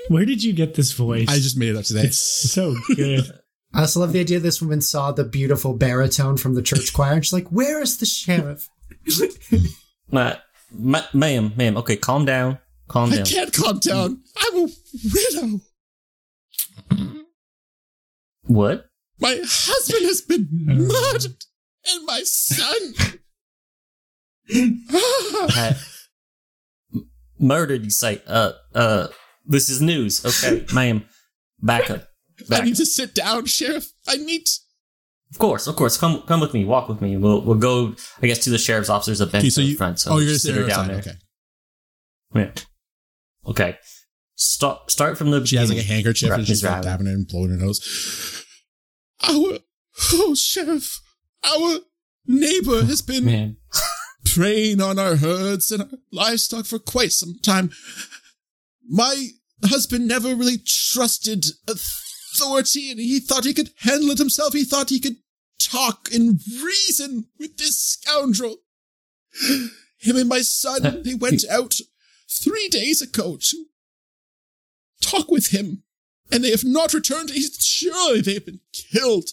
B: Where did you get this voice?
A: I just made it up today.
B: It's so good.
D: I also love the idea this woman saw the beautiful baritone from the church choir, and she's like, "Where is the sheriff?"
C: my, ma ma'am, ma'am. Okay, calm down, calm
A: I
C: down.
A: can't calm down. I'm a widow.
C: What?
A: My husband has been murdered, and my son. Ah,
C: I, M- murdered? You say? Uh, uh, this is news. Okay, ma'am, back up. Back
A: I need to sit down, Sheriff. I need.
C: Of course, of course. Come, come with me. Walk with me. We'll, we'll go. I guess to the sheriff's officer's a bench in front. So
A: oh, you're gonna
C: just
A: sit
C: her
A: her down. Okay.
C: Yeah. Okay. Stop. Start from the.
A: She has like a
C: beginning.
A: handkerchief
C: Right,
A: and she's
C: Miss
A: like
C: Riley.
A: dabbing it and blowing her nose. Our oh, Sheriff, our neighbor has been
C: man.
A: preying on our herds and our livestock for quite some time. My husband never really trusted authority and he thought he could handle it himself. He thought he could talk and reason with this scoundrel. Him and my son, they went out three days ago to talk with him and they have not returned. He's- Surely they've been killed.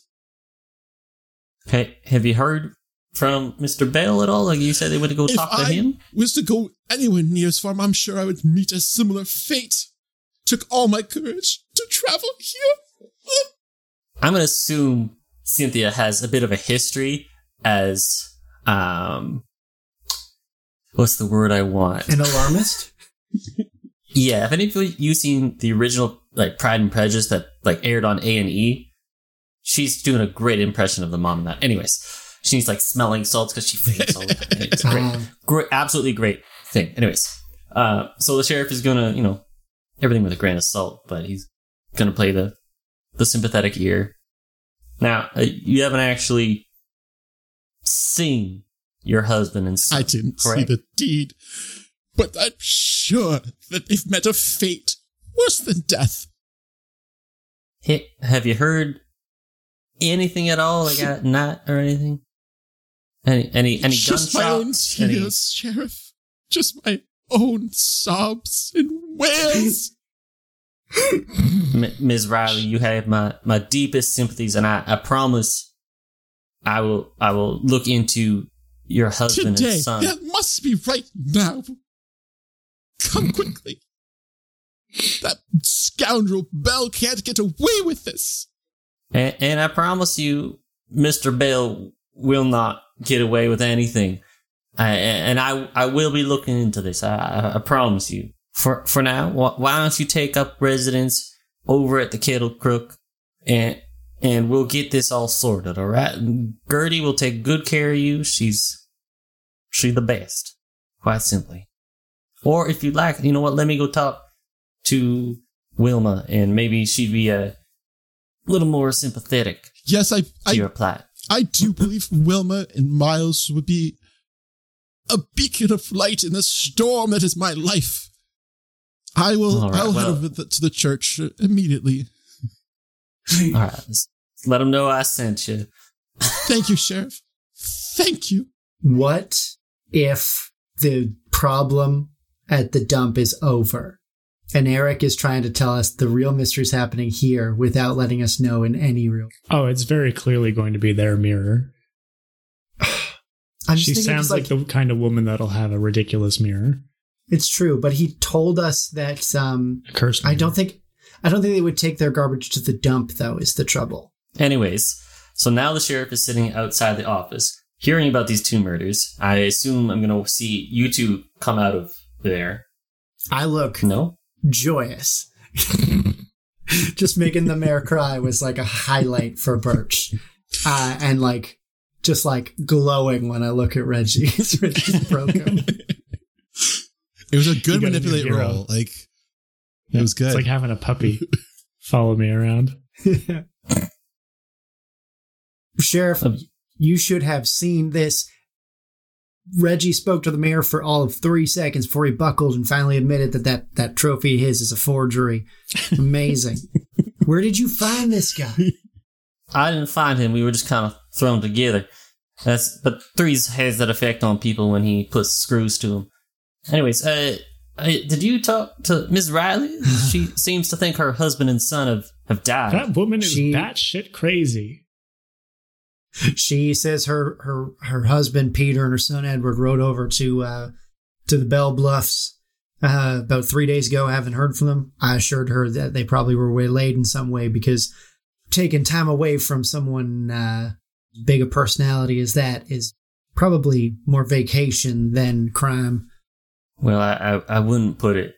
C: Hey, have you heard from Mister Bale at all? Like you said, they went to go
A: If
C: talk to
A: I-
C: him.
A: was to go anywhere near his farm, I'm sure I would meet a similar fate. Took all my courage to travel here.
C: I'm gonna assume Cynthia has a bit of a history as um. What's the word I want?
D: An alarmist.
C: Yeah, if any of you seen the original like Pride and Prejudice that like aired on A and E, she's doing a great impression of the mom in that. Anyways, she's like smelling salts because she faints all the time. It's great,
D: Um,
C: great, absolutely great thing. Anyways, uh, so the sheriff is gonna you know everything with a grain of salt, but he's gonna play the the sympathetic ear. Now uh, you haven't actually seen your husband and son.
A: I didn't
C: correct?
A: see the deed, but I'm sure that they've met a fate worse than death.
C: Hey, have you heard anything at all? Like a knot or anything? Any any any
A: Just my own
C: gunshots? Any-
A: tears, Sheriff. Just my own sobs and wails.
C: M- Ms. Riley, you have my, my deepest sympathies, and I, I promise I will I will look into your husband
A: Today,
C: and son.
A: that must be right now.
C: Hmm.
A: Come quickly. that scoundrel Bell can't get away with this.
C: And, and I promise you, Mr. Bell will not get away with anything. I, and I, I will be looking into this. I, I, I promise you. For, for now, wh- why don't you take up residence over at the Kettle Crook and, and we'll get this all sorted, all right? Gertie will take good care of you. She's, she's the best. Quite simply. Or if you'd like, you know what? Let me go talk to Wilma and maybe she'd be a little more sympathetic
A: Yes, I,
C: to
A: I,
C: your plight.
A: I do believe Wilma and Miles would be a beacon of light in the storm that is my life. I will.
C: All right,
A: I'll
C: well-
A: head over th- to the church uh, immediately.
C: All right, let's let them know I sent you.
A: Thank you, Sheriff. Thank you.
D: What if the problem at the dump is over? And Eric is trying to tell us the real mystery's happening here without letting us know in any real.
B: Oh, it's very clearly going to be their mirror.
D: I just
B: She
D: think it's
B: sounds like,
D: like,
B: the kind of woman that'll have a ridiculous mirror.
D: it's true, but he told us that um,
B: A cursed
D: I
B: mirror.
D: don't think I don't think they would take their garbage to the dump though. Is the trouble?
C: Anyways, so now the sheriff is sitting outside the office, hearing about these two murders. I assume I'm gonna see you two come out of there.
D: I look
C: No,
D: joyous. just making the mayor cry was like a highlight for Birch, uh, and like just like glowing when I look at Reggie. Reggie broke him.
A: It was a good
B: got a new
A: manipulate
B: hero.
A: roll. Like it was good.
B: It's like having a puppy follow me around.
D: Sheriff,
C: Um,
D: you should have seen this. Reggie spoke to the mayor for all of three seconds before he buckled and finally admitted that that, that trophy of his is a forgery. Amazing. Where did you find this guy?
C: I didn't find him. We were just kind of thrown together. That's but threes has that effect on people when he puts screws to them. Anyways, uh, uh, did you talk to Ms. Riley? she seems to think her husband and son have have died.
B: That woman is
D: She-
B: batshit crazy.
D: She says her, her, her husband Peter and her son Edward rode over to uh, to the Bell Bluffs uh, about three days ago. I haven't heard from them. I assured her that they probably were waylaid in some way because taking time away from someone uh, big a personality as that is probably more vacation than crime.
C: Well, I, I, I wouldn't put it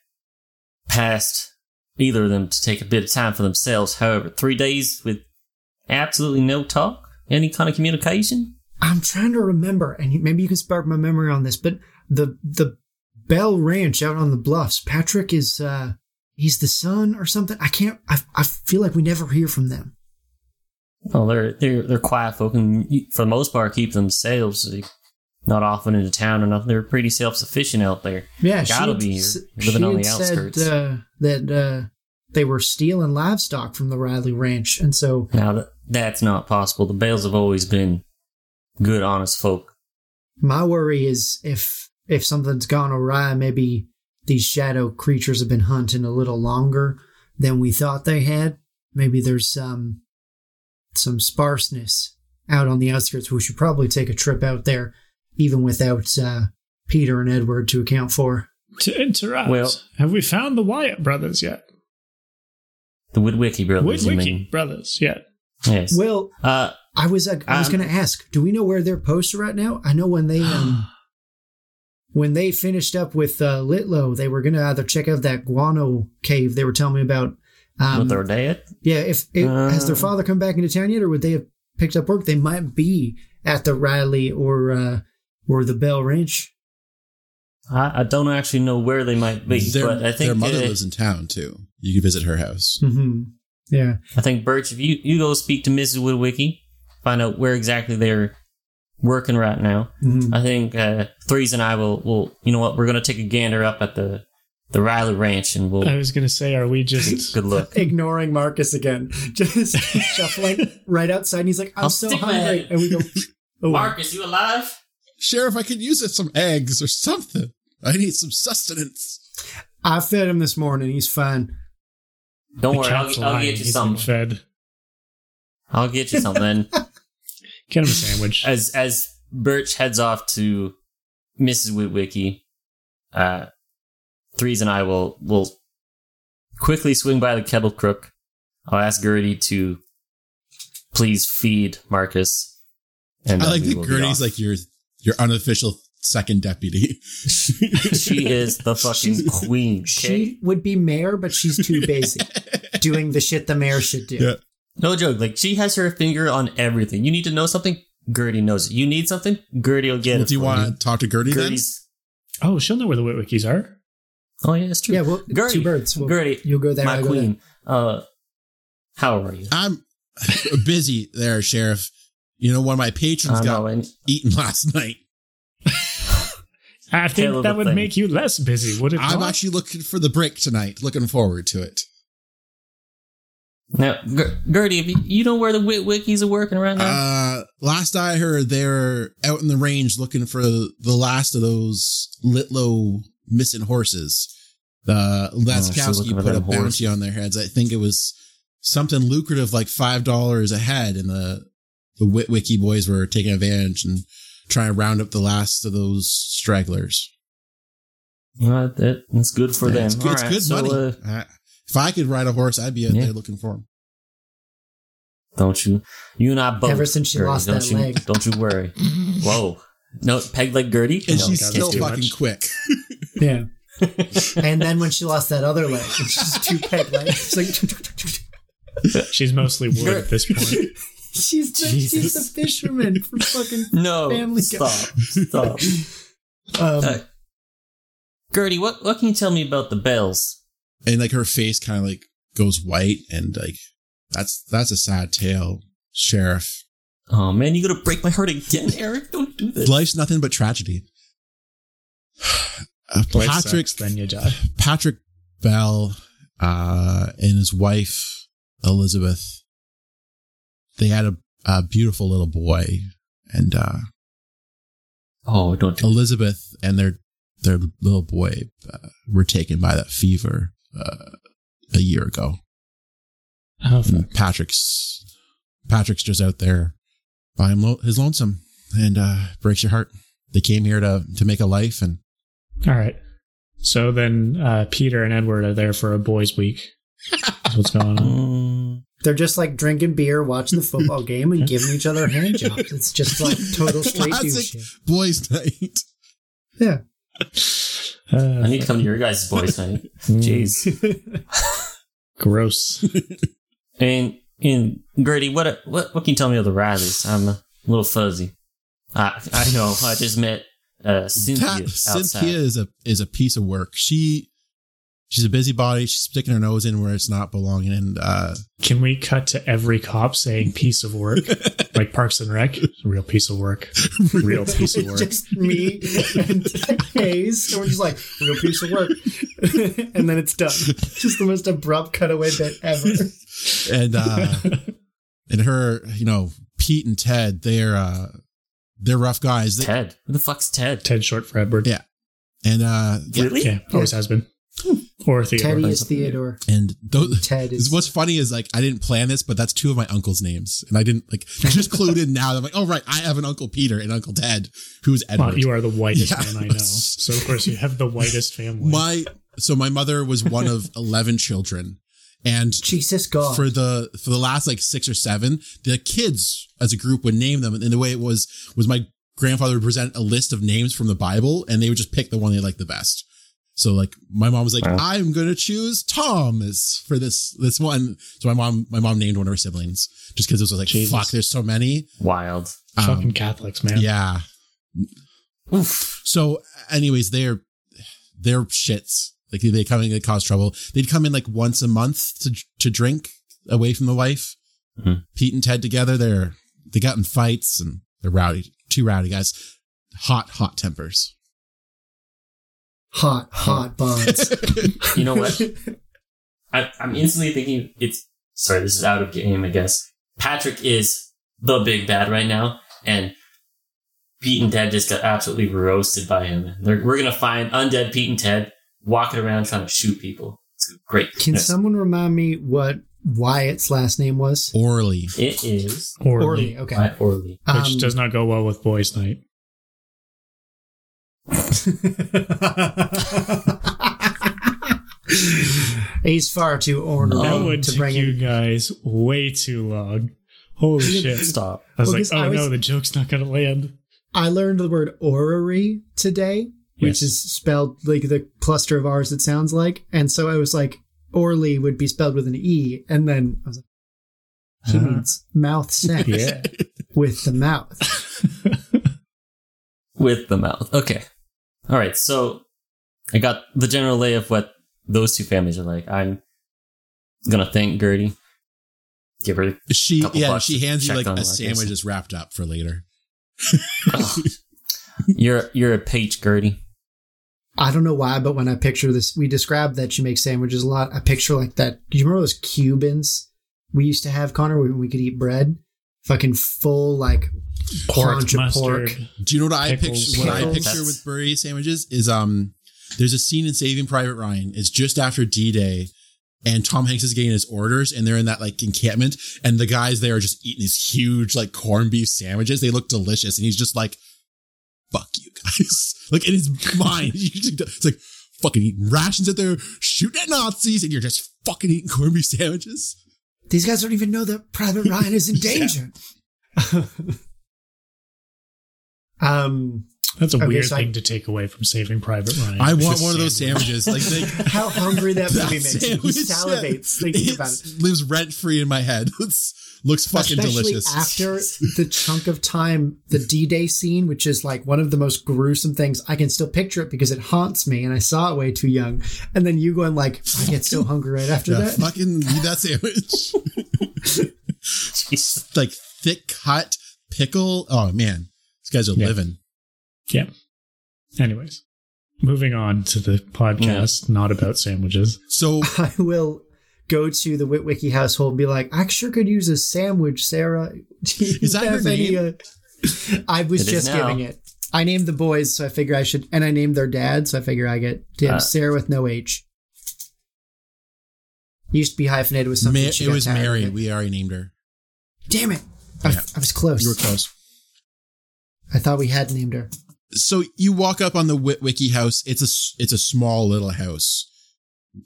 C: past either of them to take a bit of time for themselves. However, three days with absolutely no talk, any kind of communication.
D: I'm trying to remember, and you- maybe you can spark my memory on this, but the the Bell Ranch out on the bluffs, Patrick is uh, he's the son or something. I can't. I, I feel like we never hear from them.
C: No, they're they're they're quiet folk, and for the most part, keep themselves. They- Not often into town or nothing. They're pretty self sufficient out there.
D: Yeah,
C: gotta
D: had
C: be here,
D: s-
C: living
D: she
C: on the
D: had
C: outskirts.
D: Said, uh, that uh, they were stealing livestock from the Riley Ranch, and so
C: Now that that's not possible. The Bales have always been good, honest folk.
D: my worry is if if something's gone awry, maybe these shadow creatures have been hunting a little longer than we thought they had. Maybe there's some some sparseness out on the outskirts. We should probably take a trip out there, even without uh, Peter and Edward to account for.
B: To interrupt,
C: Well-
B: have we found the Wyatt brothers yet?
C: The Woodwicky brothers, you mean?
B: Woodwicky brothers yet?
C: Yes.
D: Well,
C: uh,
D: I was uh, I was
C: Um,
D: going to ask, do we know where they're posted right now? I know when they um, when they finished up with uh, Litlow, they were going to either check out that guano cave they were telling me about. Um,
C: with our dad.
D: yeah, if it, has their
C: Uh.
D: father come back into town yet, or would they have picked up work? They might be at the Riley or uh, or the Bell Ranch.
C: I, I don't actually know where they might be,
A: their,
C: but I think
A: their mother
C: uh,
A: lives in town too. You can visit her house.
D: hmm Yeah.
C: I think Birch, if you, you go speak to Mrs. Woodwicky, find out where exactly they're working right now.
D: Mhm.
C: I think uh, Threes and I will will you know what we're gonna take a gander up at the the Riley Ranch and we'll
B: I was gonna say, are we just
C: good look.
D: Ignoring Marcus again, just shuffling right outside, and he's like, "I'm
C: I'll
D: so
C: stick my
D: hungry,"
C: head.
D: and we go, "Oh,
C: Marcus, you alive?
A: Sheriff, I could use it some eggs or something. I need some sustenance.
D: I fed him this morning. He's fine."
C: Don't
B: the
C: worry, I'll,
B: cat's
C: get- I'll
B: lying,
C: get you
B: he's been
C: something.
B: Fed.
C: I'll get you something.
B: Get him a sandwich.
C: as as Birch heads off to Mrs. Witwicky, uh, Threes and I will will quickly swing by the kettle crook. I'll ask Gertie to please feed Marcus. And
A: I
C: then
A: like
C: we
A: that
C: will be
A: Gertie's
C: off.
A: like your your unofficial second deputy.
C: she is the fucking queen. Okay?
D: She would be mayor, but she's too busy doing the shit the mayor should do.
A: Yeah.
C: No joke. Like she has her finger on everything. You need to know something. Gertie knows it. You need something. Gertie will get
A: Well,
C: it.
A: do you
C: for
A: want to talk to Gertie then?
C: Gertie's.
B: oh, she'll know where the Witwickies are.
C: Oh yeah, it's true.
D: Yeah, well,
C: Gertie.
D: two birds. Well,
C: Gertie,
D: you'll go there.
C: my
D: I'll go
C: queen. Uh, how are you?
A: I'm busy there, Sheriff. You know, one of my patrons
C: I
A: got
C: know, and
A: eaten last night.
B: I
C: Hell
B: think
C: of
B: that
C: a
B: would
C: thing.
B: make you less busy, would it?
A: I'm
B: not?
A: actually looking for the break tonight. Looking forward to it.
C: now, Ger- Gertie, if you, you know where the wit wikis are working right now,
A: Uh, last I heard, they're out in the range looking for the last of those Litlow missing horses. The
C: still looking
A: Laskowski
C: for
A: put a
C: them horses.
A: bounty on their heads. I think it was something lucrative, like five dollars a head, and the the Witwicky boys were taking advantage and trying to round up the last of those stragglers.
C: Well, that, that's good for them.
A: It's, good-
C: All
A: it's
C: right,
A: good
C: so,
A: money.
C: uh,
A: I- if I could ride a horse, I'd be out
C: Yeah.
A: there looking for him.
C: uh, don't you? You and I both.
D: Ever since she
C: Gertie,
D: lost
C: don't
D: that
C: you,
D: leg.
C: don't you worry. Whoa, no peg leg Gertie.
A: And
C: No,
A: she's
B: God,
A: still
B: that's too
A: fucking
B: much.
A: quick.
D: Yeah. and then when she lost that other leg, it's just two peg legs. It's like
B: She's mostly wood
C: Sure.
B: at this point.
D: she's the, she's the fisherman from fucking.
C: no,
D: Family Guy.
C: stop, stop.
D: Um,
C: Uh, Gertie, what what can you tell me about the bells?
A: and like her face kind of like goes white and like that's that's a sad tale sheriff
C: Oh man, you're gonna break my heart again, Eric. Don't do this.
A: life's nothing but tragedy Uh,
B: Life
A: patrick
B: sucks, then you die.
A: patrick bell uh and his wife elizabeth they had a, a beautiful little boy and uh
C: Oh, don't do.
A: elizabeth and their their little boy uh, were taken by that fever uh, a year ago
B: Oh, fuck.
A: And Patrick's Patrick's just out there by him lo- his lonesome and uh breaks your heart. They came here to to make a life and
B: All right. So then uh, Peter and Edward are there for a boys' week. That's what's going on.
C: Mm,
D: they're just like drinking beer, watching the football game, and giving each other hand jobs. It's just like total straight dude
A: Classic.
D: shit.
A: boys night.
D: Yeah.
C: I
B: Uh,
C: need to come to your guys' boys' night.
A: Mm.
C: Jeez.
B: mm, gross.
C: And and Gertie, what what what can you tell me of the Rileys? I'm a little fuzzy. I I know I just met uh, Cynthia
A: That-
C: outside.
A: Cynthia is a is a piece of work. She she's a busybody. She's sticking her nose in where it's not belonging. And uh,
B: Can we cut to every cop saying piece of work? like Parks and Rec? Real piece of work. Real piece of work.
D: Just me and Hayes. And we're just like, real piece of work. and then it's done. Just the most abrupt cutaway bit ever.
A: and uh, and her, you know, Pete and Ted. They're uh, they're rough guys. They,
C: Ted. Who the fuck's Ted?
B: Ted Short for Edward.
A: Yeah. and uh,
C: Really?
B: Yeah, always has been. Or Theodore.
D: Hmm. Teddy is Theodore.
A: and those,
D: Ted
A: It's-
D: is.
A: What's funny is like I didn't plan this, but that's two of my uncle's names, and I didn't like I just clued in now. I'm like, oh right, I have an uncle Peter and uncle Ted, who's Edward.
B: Well, you are the whitest
A: Yeah.
B: man I know. So, of course, you have the whitest family.
A: my so my mother was one of eleven children, and
D: Jesus God.
A: for the for the last like six or seven, the kids as a group would name them, and the way it was was my grandfather would present a list of names from the Bible, and they would just pick the one they liked the best. So like my mom was like,
C: Wow.
A: I'm gonna choose Thomas for this this one. So my mom my mom named one of her siblings just because it was like
B: Jesus.
A: fuck, there's so many.
C: Wild.
A: Um,
B: Fucking Catholics, man.
A: yeah.
C: Oof.
A: So, anyways, they're they're shits. Like they come in and cause trouble. They'd come in like once a month to to drink away from the wife.
C: Mhm.
A: Pete and Ted together, they're they got in fights and they're rowdy, two rowdy guys, hot hot tempers.
D: Hot, hot bonds.
C: You know what? I, I'm instantly thinking it's sorry, this is out of game, I guess. Patrick is the big bad right now, and Pete and Ted just got absolutely roasted by him. They're, we're gonna find undead Pete and Ted walking around trying to shoot people. It's great.
D: Can
C: Next.
D: someone remind me what Wyatt's last name was?
A: Orally,
C: it is
B: Orly,
D: Orly. Okay.
C: by Orly.
B: which
D: Um,
B: does not go well with boys' night.
D: He's far too ornery
B: that
C: Um,
B: would
D: Oh, to
B: take
D: bring
B: you
D: in.
B: guys way too long. Holy shit!
C: Stop.
B: I was
D: Well,
B: like,
D: 'cause
B: oh
D: I was-
B: no, the joke's not gonna land.
D: I learned the word orrery today,
B: Yes.
D: which is spelled like the cluster of R's it sounds like. And so I was like, Orly would be spelled with an E. And then I was like, he
B: Ah.
D: means mouth sex
B: Yeah.
D: with the mouth.
C: with the mouth. Okay. All right. So I got the general lay of what those two families are like. I'm gonna thank Gertie. Give her.
A: she
C: Couple
A: yeah
C: bucks
A: she
C: to
A: hands you
C: check
A: like
C: on
A: a
C: markets.
A: sandwich that's wrapped up for later.
C: Ugh. you're you're a peach, Gertie.
D: I don't know why, but when I picture this, we described that she makes sandwiches a lot. I picture like that. Do you remember those Cubans we used to have, Connor, when we could eat bread? Fucking full, like, crunch of
B: Mustard.
D: pork.
A: Do you know what I
B: Pickles.
A: picture? What I
D: Pickles.
A: picture with Burry sandwiches is um, there's a scene in Saving Private Ryan. It's just after D Day, and Tom Hanks is getting his orders, and they're in that like encampment, and the guys there are just eating these huge like corned beef sandwiches. They look delicious, and he's just like, "Fuck you guys!" like in his mind, he's just- it's like fucking eating rations out there, shooting at Nazis, and you're just fucking eating corned beef sandwiches.
D: These guys don't even know that Private Ryan is in danger. um,
B: That's a
D: Okay,
B: weird
D: so I-
B: thing to take away from Saving Private Ryan.
A: I
B: It's
A: want
B: a
A: one of those
B: sandwich.
A: sandwiches. Like, they,
D: how hungry that
A: That
D: movie makes you. He
A: sandwich, yeah.
D: salivates thinking about it.
A: lives rent free in my head. It's, looks fucking
D: Especially
A: delicious.
D: after the chunk of time, the D Day scene, which is like one of the most gruesome things, I can still picture it because it haunts me and I saw it way too young. And then you going like, I get so hungry right after
A: yeah,
D: that.
A: fucking eat that sandwich.
C: Jeez.
A: like thick cut pickle. Oh man, these guys are
B: Yeah.
A: living.
B: Anyways, moving on to the podcast,
D: Mm.
B: not about sandwiches.
A: So
D: I will go to the Witwicky household and be like, I sure could use a sandwich, Sarah. Do you
A: Is that her
D: have any,
A: name?
D: uh, I was
C: It is
D: just
C: now.
D: giving it. I named the boys, so I figure I should, and I named their dad, so I figure I get to have
C: Uh,
D: Sarah with no H. Used to be hyphenated
A: Ma-
D: with something. she
A: it
D: got
A: was
D: tired of
A: Mary.
D: it.
A: We already named her.
D: Damn it! I,
A: Yeah.
D: I was close.
A: You were close.
D: I thought we had named her.
A: So you walk up on the Witwicky house. It's a s- it's a small little house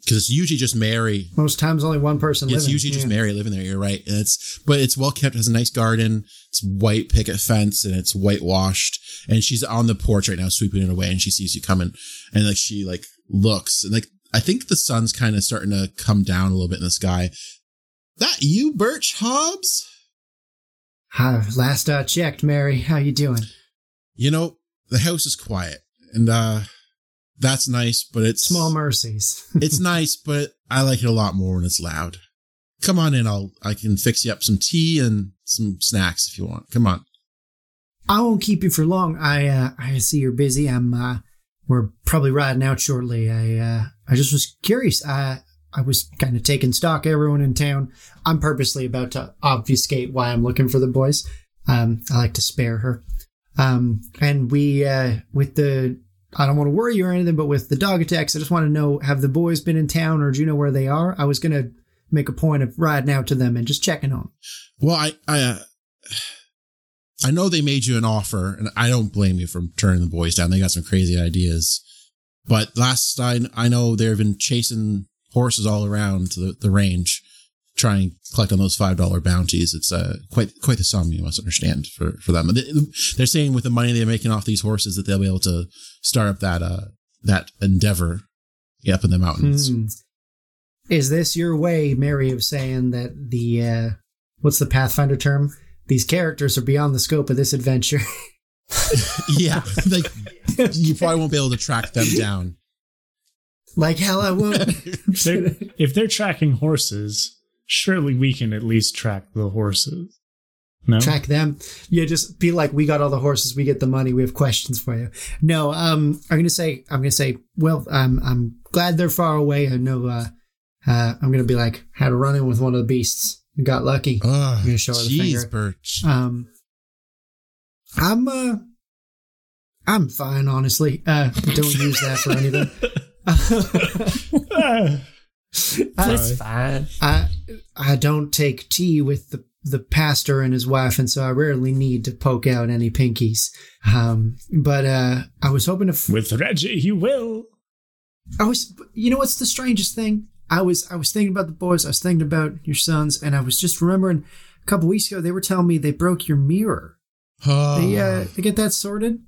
A: because it's usually just Mary
D: Most times, only one person.
A: It's
D: living.
A: usually just
D: Yeah.
A: Mary living there. You're right. And it's but it's well kept. Has a nice garden. It's white picket fence and it's whitewashed. And she's on the porch right now, sweeping it away. And she sees you coming, and like she like looks and like I think the sun's kind of starting to come down a little bit in the sky. That you, Birch Hobbs?
D: Ah, last I checked, Mary, how you doing?
A: You know the house is quiet, and uh that's nice. But it's
D: Small mercies.
A: it's nice, but I like it a lot more when it's loud. Come on in. I'll I can fix you up some tea and some snacks if you want. Come on.
D: I won't keep you for long. I uh, I see you're busy. I'm uh, we're probably riding out shortly. I uh, I just was curious. I I was kind of taking stock. of Everyone in town. I'm purposely about to obfuscate why I'm looking for the boys. Um, I like to spare her. Um, and we uh, with the I don't want to worry you or anything, but with the dog attacks, I just want to know: have the boys been in town, or do you know where they are? I was gonna make a point of riding out to them and just checking on. them.
A: Well, I I uh, I know they made you an offer, and I don't blame you for turning the boys down. They got some crazy ideas, but last I I know they've been chasing horses all around the, the range, trying to collect on those five dollar bounties. It's uh, quite quite the sum you must understand for for them. They- They're saying with the money they're making off these horses that they'll be able to start up that uh that endeavor up in the mountains.
D: Hmm. Is this your way, Mary, of saying that the uh, what's the Pathfinder term? These characters are beyond the scope of this adventure.
A: Yeah, like you probably won't be able to track them down.
D: like hell, I won't.
B: They're- if they're tracking horses, Surely we can at least track the horses. No?
D: track them. Yeah, just be like, we got all the horses, we get the money, we have questions for you. No, um, I'm gonna say, I'm gonna say, well, I'm I'm glad they're far away. I know, uh, uh I'm gonna be like, had a run in with one of the beasts and got lucky.
A: Ugh,
D: gonna show her the
A: jeez,
D: finger.
A: Birch.
D: Um, I'm uh, I'm fine, honestly. Uh, don't use that for anything.
B: Ah,
D: I-
C: That's fine.
D: I I don't take tea with the the pastor and his wife, and so I rarely need to poke out any pinkies. Um, but uh, I was hoping to. F-
B: with Reggie, you will.
D: I was. You know what's the strangest thing? I was I was thinking about the boys. I was thinking about your sons, and I was just remembering a couple weeks ago they were telling me they broke your mirror.
A: Oh.
D: They uh, they get that sorted.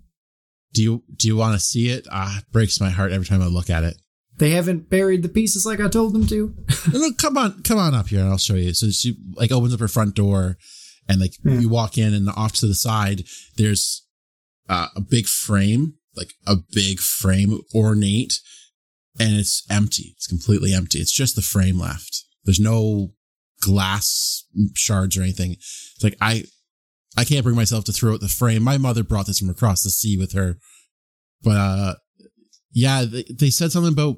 A: do you do you want to see it? Ah, it breaks my heart every time I look at it.
D: They haven't buried the pieces like I told them to.
A: no, no, come on, come on up here, and I'll show you. So she like opens up her front door, and like
D: Yeah.
A: you walk in, and off to the side there's uh, a big frame, like a big frame, ornate, and it's empty. It's completely empty. It's just the frame left. There's no glass shards or anything. It's like I, I can't bring myself to throw out the frame. My mother brought this from across the sea with her, but uh, yeah, they, they said something about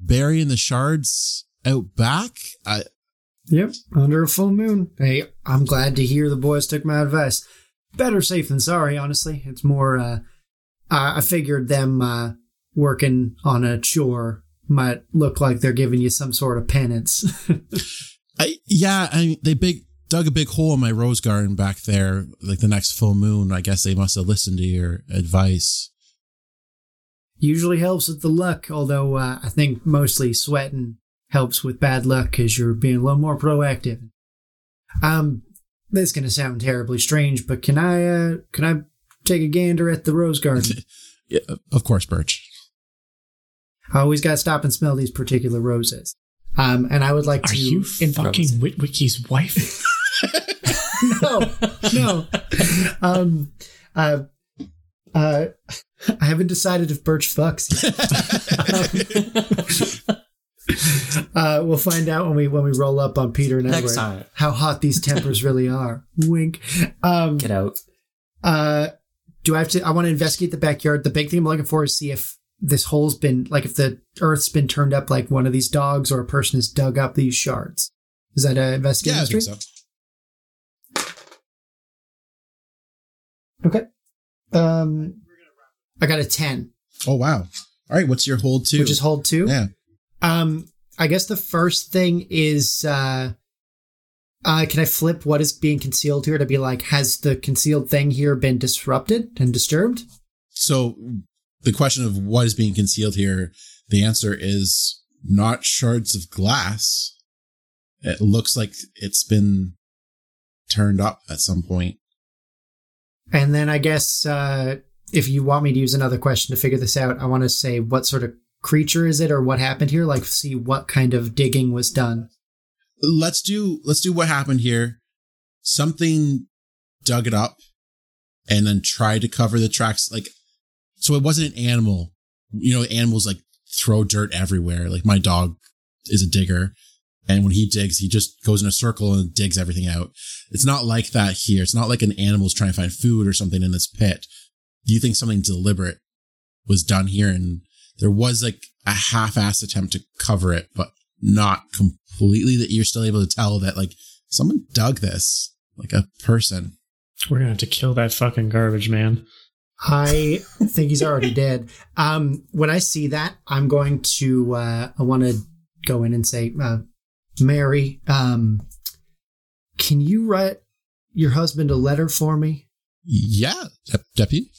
A: burying the shards out back. I,
D: Yep, under a full moon. Hey, I'm glad to hear the boys took my advice. Better safe than sorry, honestly. It's more, uh, I I figured them uh, working on a chore might look like they're giving you some sort of penance.
A: I yeah, I they big dug a big hole in my rose garden back there. Like the next full moon, I guess they must have listened to your advice.
D: Usually helps with the luck, although uh, I think mostly sweating helps with bad luck because you're being a little more proactive. Um, this is gonna sound terribly strange, but can I, uh, can I take a gander at the rose garden?
A: Yeah, of course, Birch.
D: I always got to stop and smell these particular roses. Um, and I would like
B: Are
D: to.
B: you
D: invite-
B: fucking Witwicky's wife?
D: no, no. Um, uh, uh, I haven't decided if Birch fucks. yet. uh, we'll find out when we when we roll up on Peter and
C: Next
D: Edward
C: time.
D: how hot these tempers really are. Wink. Um,
C: Get out.
D: uh, do I have to? I want to investigate the backyard. The big thing I'm looking for is see if this hole's been like if the earth's been turned up like one of these dogs or a person has dug up these shards. Is that a investigation?
A: Yeah, I think
D: streak?
A: so.
D: Um, I got a ten,
A: Oh wow! All right, what's your hold to?
D: which is hold two.
A: yeah.
D: Um, I guess the first thing is, uh, uh, can I flip what is being concealed here to be like, has the concealed thing here been disrupted and disturbed?
A: So the question of what is being concealed here, the answer is not shards of glass. It looks like it's been turned up at some point.
D: And then I guess uh, if you want me to use another question to figure this out, I want to say what sort of creature is it or what happened here? Like, see what kind of digging was done.
A: let's do let's do what happened here. Something dug it up and then tried to cover the tracks like so it wasn't an animal. You know, animals like throw dirt everywhere. Like my dog is a digger and when he digs, he just goes in a circle and digs everything out. It's not like that here. It's not like an animal's trying to find food or something in this pit. Do you think something deliberate was done here and there was like a half-assed attempt to cover it, but not completely that you're still able to tell that like someone dug this like a person
B: We're gonna have to kill that fucking garbage man.
D: I think he's already dead. Um, when I see that, I'm going to, uh, I want to go in and say, uh, Mary, um, can you write your husband a letter for me?
A: yeah Dep- deputy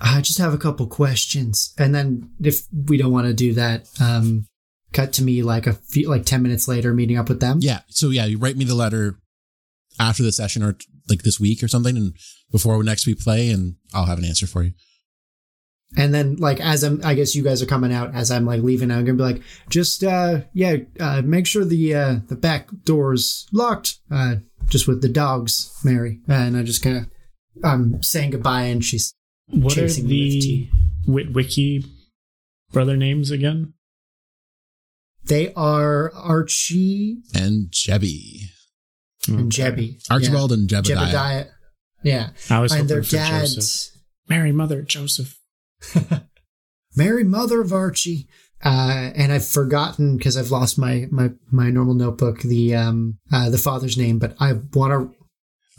D: I just have a couple questions, and then if we don't want to do that, um, cut to me like a few, like ten minutes later, meeting up with them.
A: yeah so yeah you write me the letter after the session or like this week or something and before next we play and i'll have an answer for you
D: And then like as I'm, I guess you guys are coming out as I'm like leaving. I'm gonna be like, just uh, yeah, uh, make sure the uh, the back door's locked, uh, just with the dogs, Mary. And I just kind of, I'm saying goodbye, and she's
B: What
D: Chasing
B: are
D: me
B: the
D: with
B: Witwicky brother names again?
D: They are Archie
A: and Jebby.
D: and Jebby.
A: Archibald and
D: yeah.
A: Jebediah.
D: Jebediah. Yeah.
B: Hmm. I was
D: And
B: hoping
D: their
B: for
D: dad,
B: Joseph. Mary, Mother, Joseph.
D: Mary, mother of Archie. Uh, and I've forgotten because I've lost my, my, my normal notebook, the, um, uh, the father's name, but I want to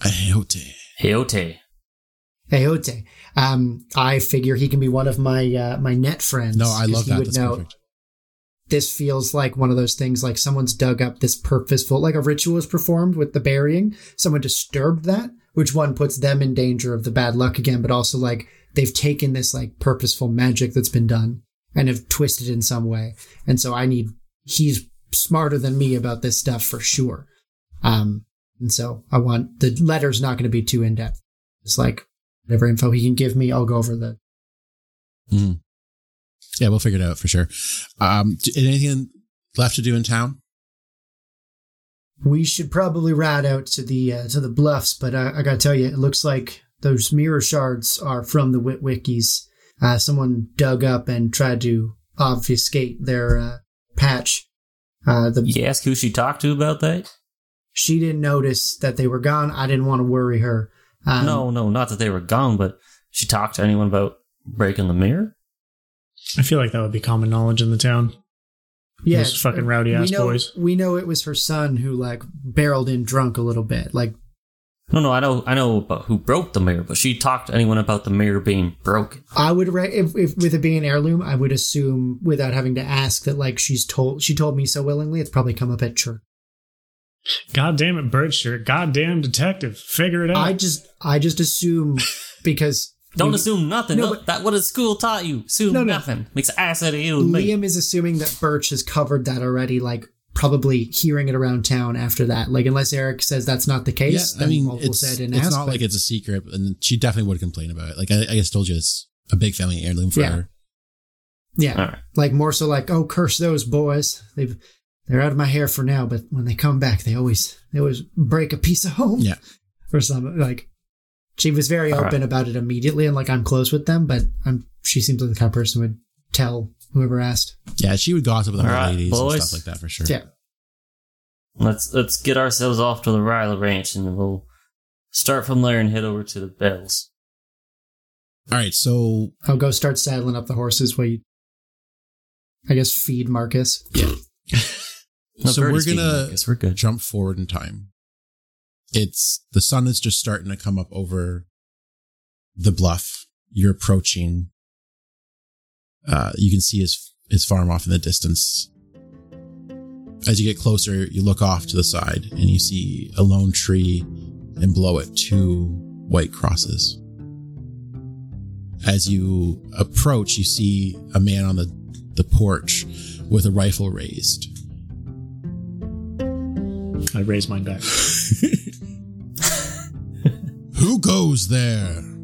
A: Aote.
C: Heote.
D: Aote. Um, I figure he can be one of my uh, my net friends.
A: No, I
D: 'cause
A: love
D: he
A: that.
D: would
A: That's
D: know-
A: perfect.
D: This feels like one of those things like someone's dug up this purposeful, like a ritual is performed with the burying. Someone disturbed that, which one puts them in danger of the bad luck again, but also like they've taken this like purposeful magic that's been done and have twisted in some way. And so I need, he's smarter than me about this stuff for sure. Um, and so I want the letter's not going to be too in depth. It's like whatever info he can give me, I'll go over the
A: Mhm. Yeah, we'll figure it out for sure. Um, d- anything left to do in town?
D: we should probably ride out to the uh, to the bluffs, but I, I gotta tell you, it looks like those mirror shards are from the Witwickies. Uh, someone dug up and tried to obfuscate their uh, patch. Uh, the
C: You ask who she talked to about that?
D: she didn't notice that they were gone. I didn't want to worry her. Um,
C: no, no, not that they were gone, but she talked to anyone about breaking the mirror?
B: I feel like that would be common knowledge in the town.
D: yeah,
B: those fucking rowdy
D: we
B: ass
D: know-
B: boys.
D: We know it was her son who like barreled in drunk a little bit. Like
C: No, no, I know, I know about who broke the mirror, but she talked to anyone about the mirror being broken.
D: I would re- if, if with it being heirloom, I would assume without having to ask that like she's told she told me so willingly. It's probably come up at church.
B: Goddamn it, bird shirt. Goddamn detective. Figure it out.
D: I just I just assume because
C: Don't
D: we-
C: assume nothing.
D: No,
C: No,
D: but-
C: that what a school taught you. Assume
D: No, no.
C: nothing. Makes ass out of you. and me.
D: Liam is assuming that Birch has covered that already, like probably hearing it around town after that. Like unless Eric says that's not the
A: Yeah,
D: case,
A: I
D: then
A: mean,
D: we'll, we'll
A: it's,
D: say it in
A: it's
D: ask,
A: not
D: but
A: like it's a secret, and she definitely would complain about it. Like I, I just told you, it's a big family heirloom for
D: Yeah.
A: her.
D: yeah,
C: All right.
D: like more so like oh curse those boys. They've they're out of my hair for now, but when they come back, they always they always break a piece of home
A: Yeah.
D: or something. Like she was very
C: All right.
D: open about it immediately, and like I'm close with them, but I'm she seems like the kind of person who would tell whoever asked.
A: Yeah, she would gossip with
C: All
A: other
C: right,
A: ladies and
C: boys.
A: stuff like that for sure.
D: Yeah.
C: Let's let's get ourselves off to the Ryla Ranch, and we'll start from there and head over to the Bells.
A: All right, so
D: I'll go start saddling up the horses while you, I guess, feed Marcus.
A: So
C: Birdie's
A: we're gonna-
C: being like this. we're good.
A: jump forward in time. It's the sun is just starting to come up over the bluff. You're approaching. Uh, you can see his his farm off in the distance. As you get closer, you look off to the side and you see a lone tree, and below it two white crosses. As you approach, you see a man on the, the porch with a rifle raised.
B: I raise mine back.
A: Who goes there?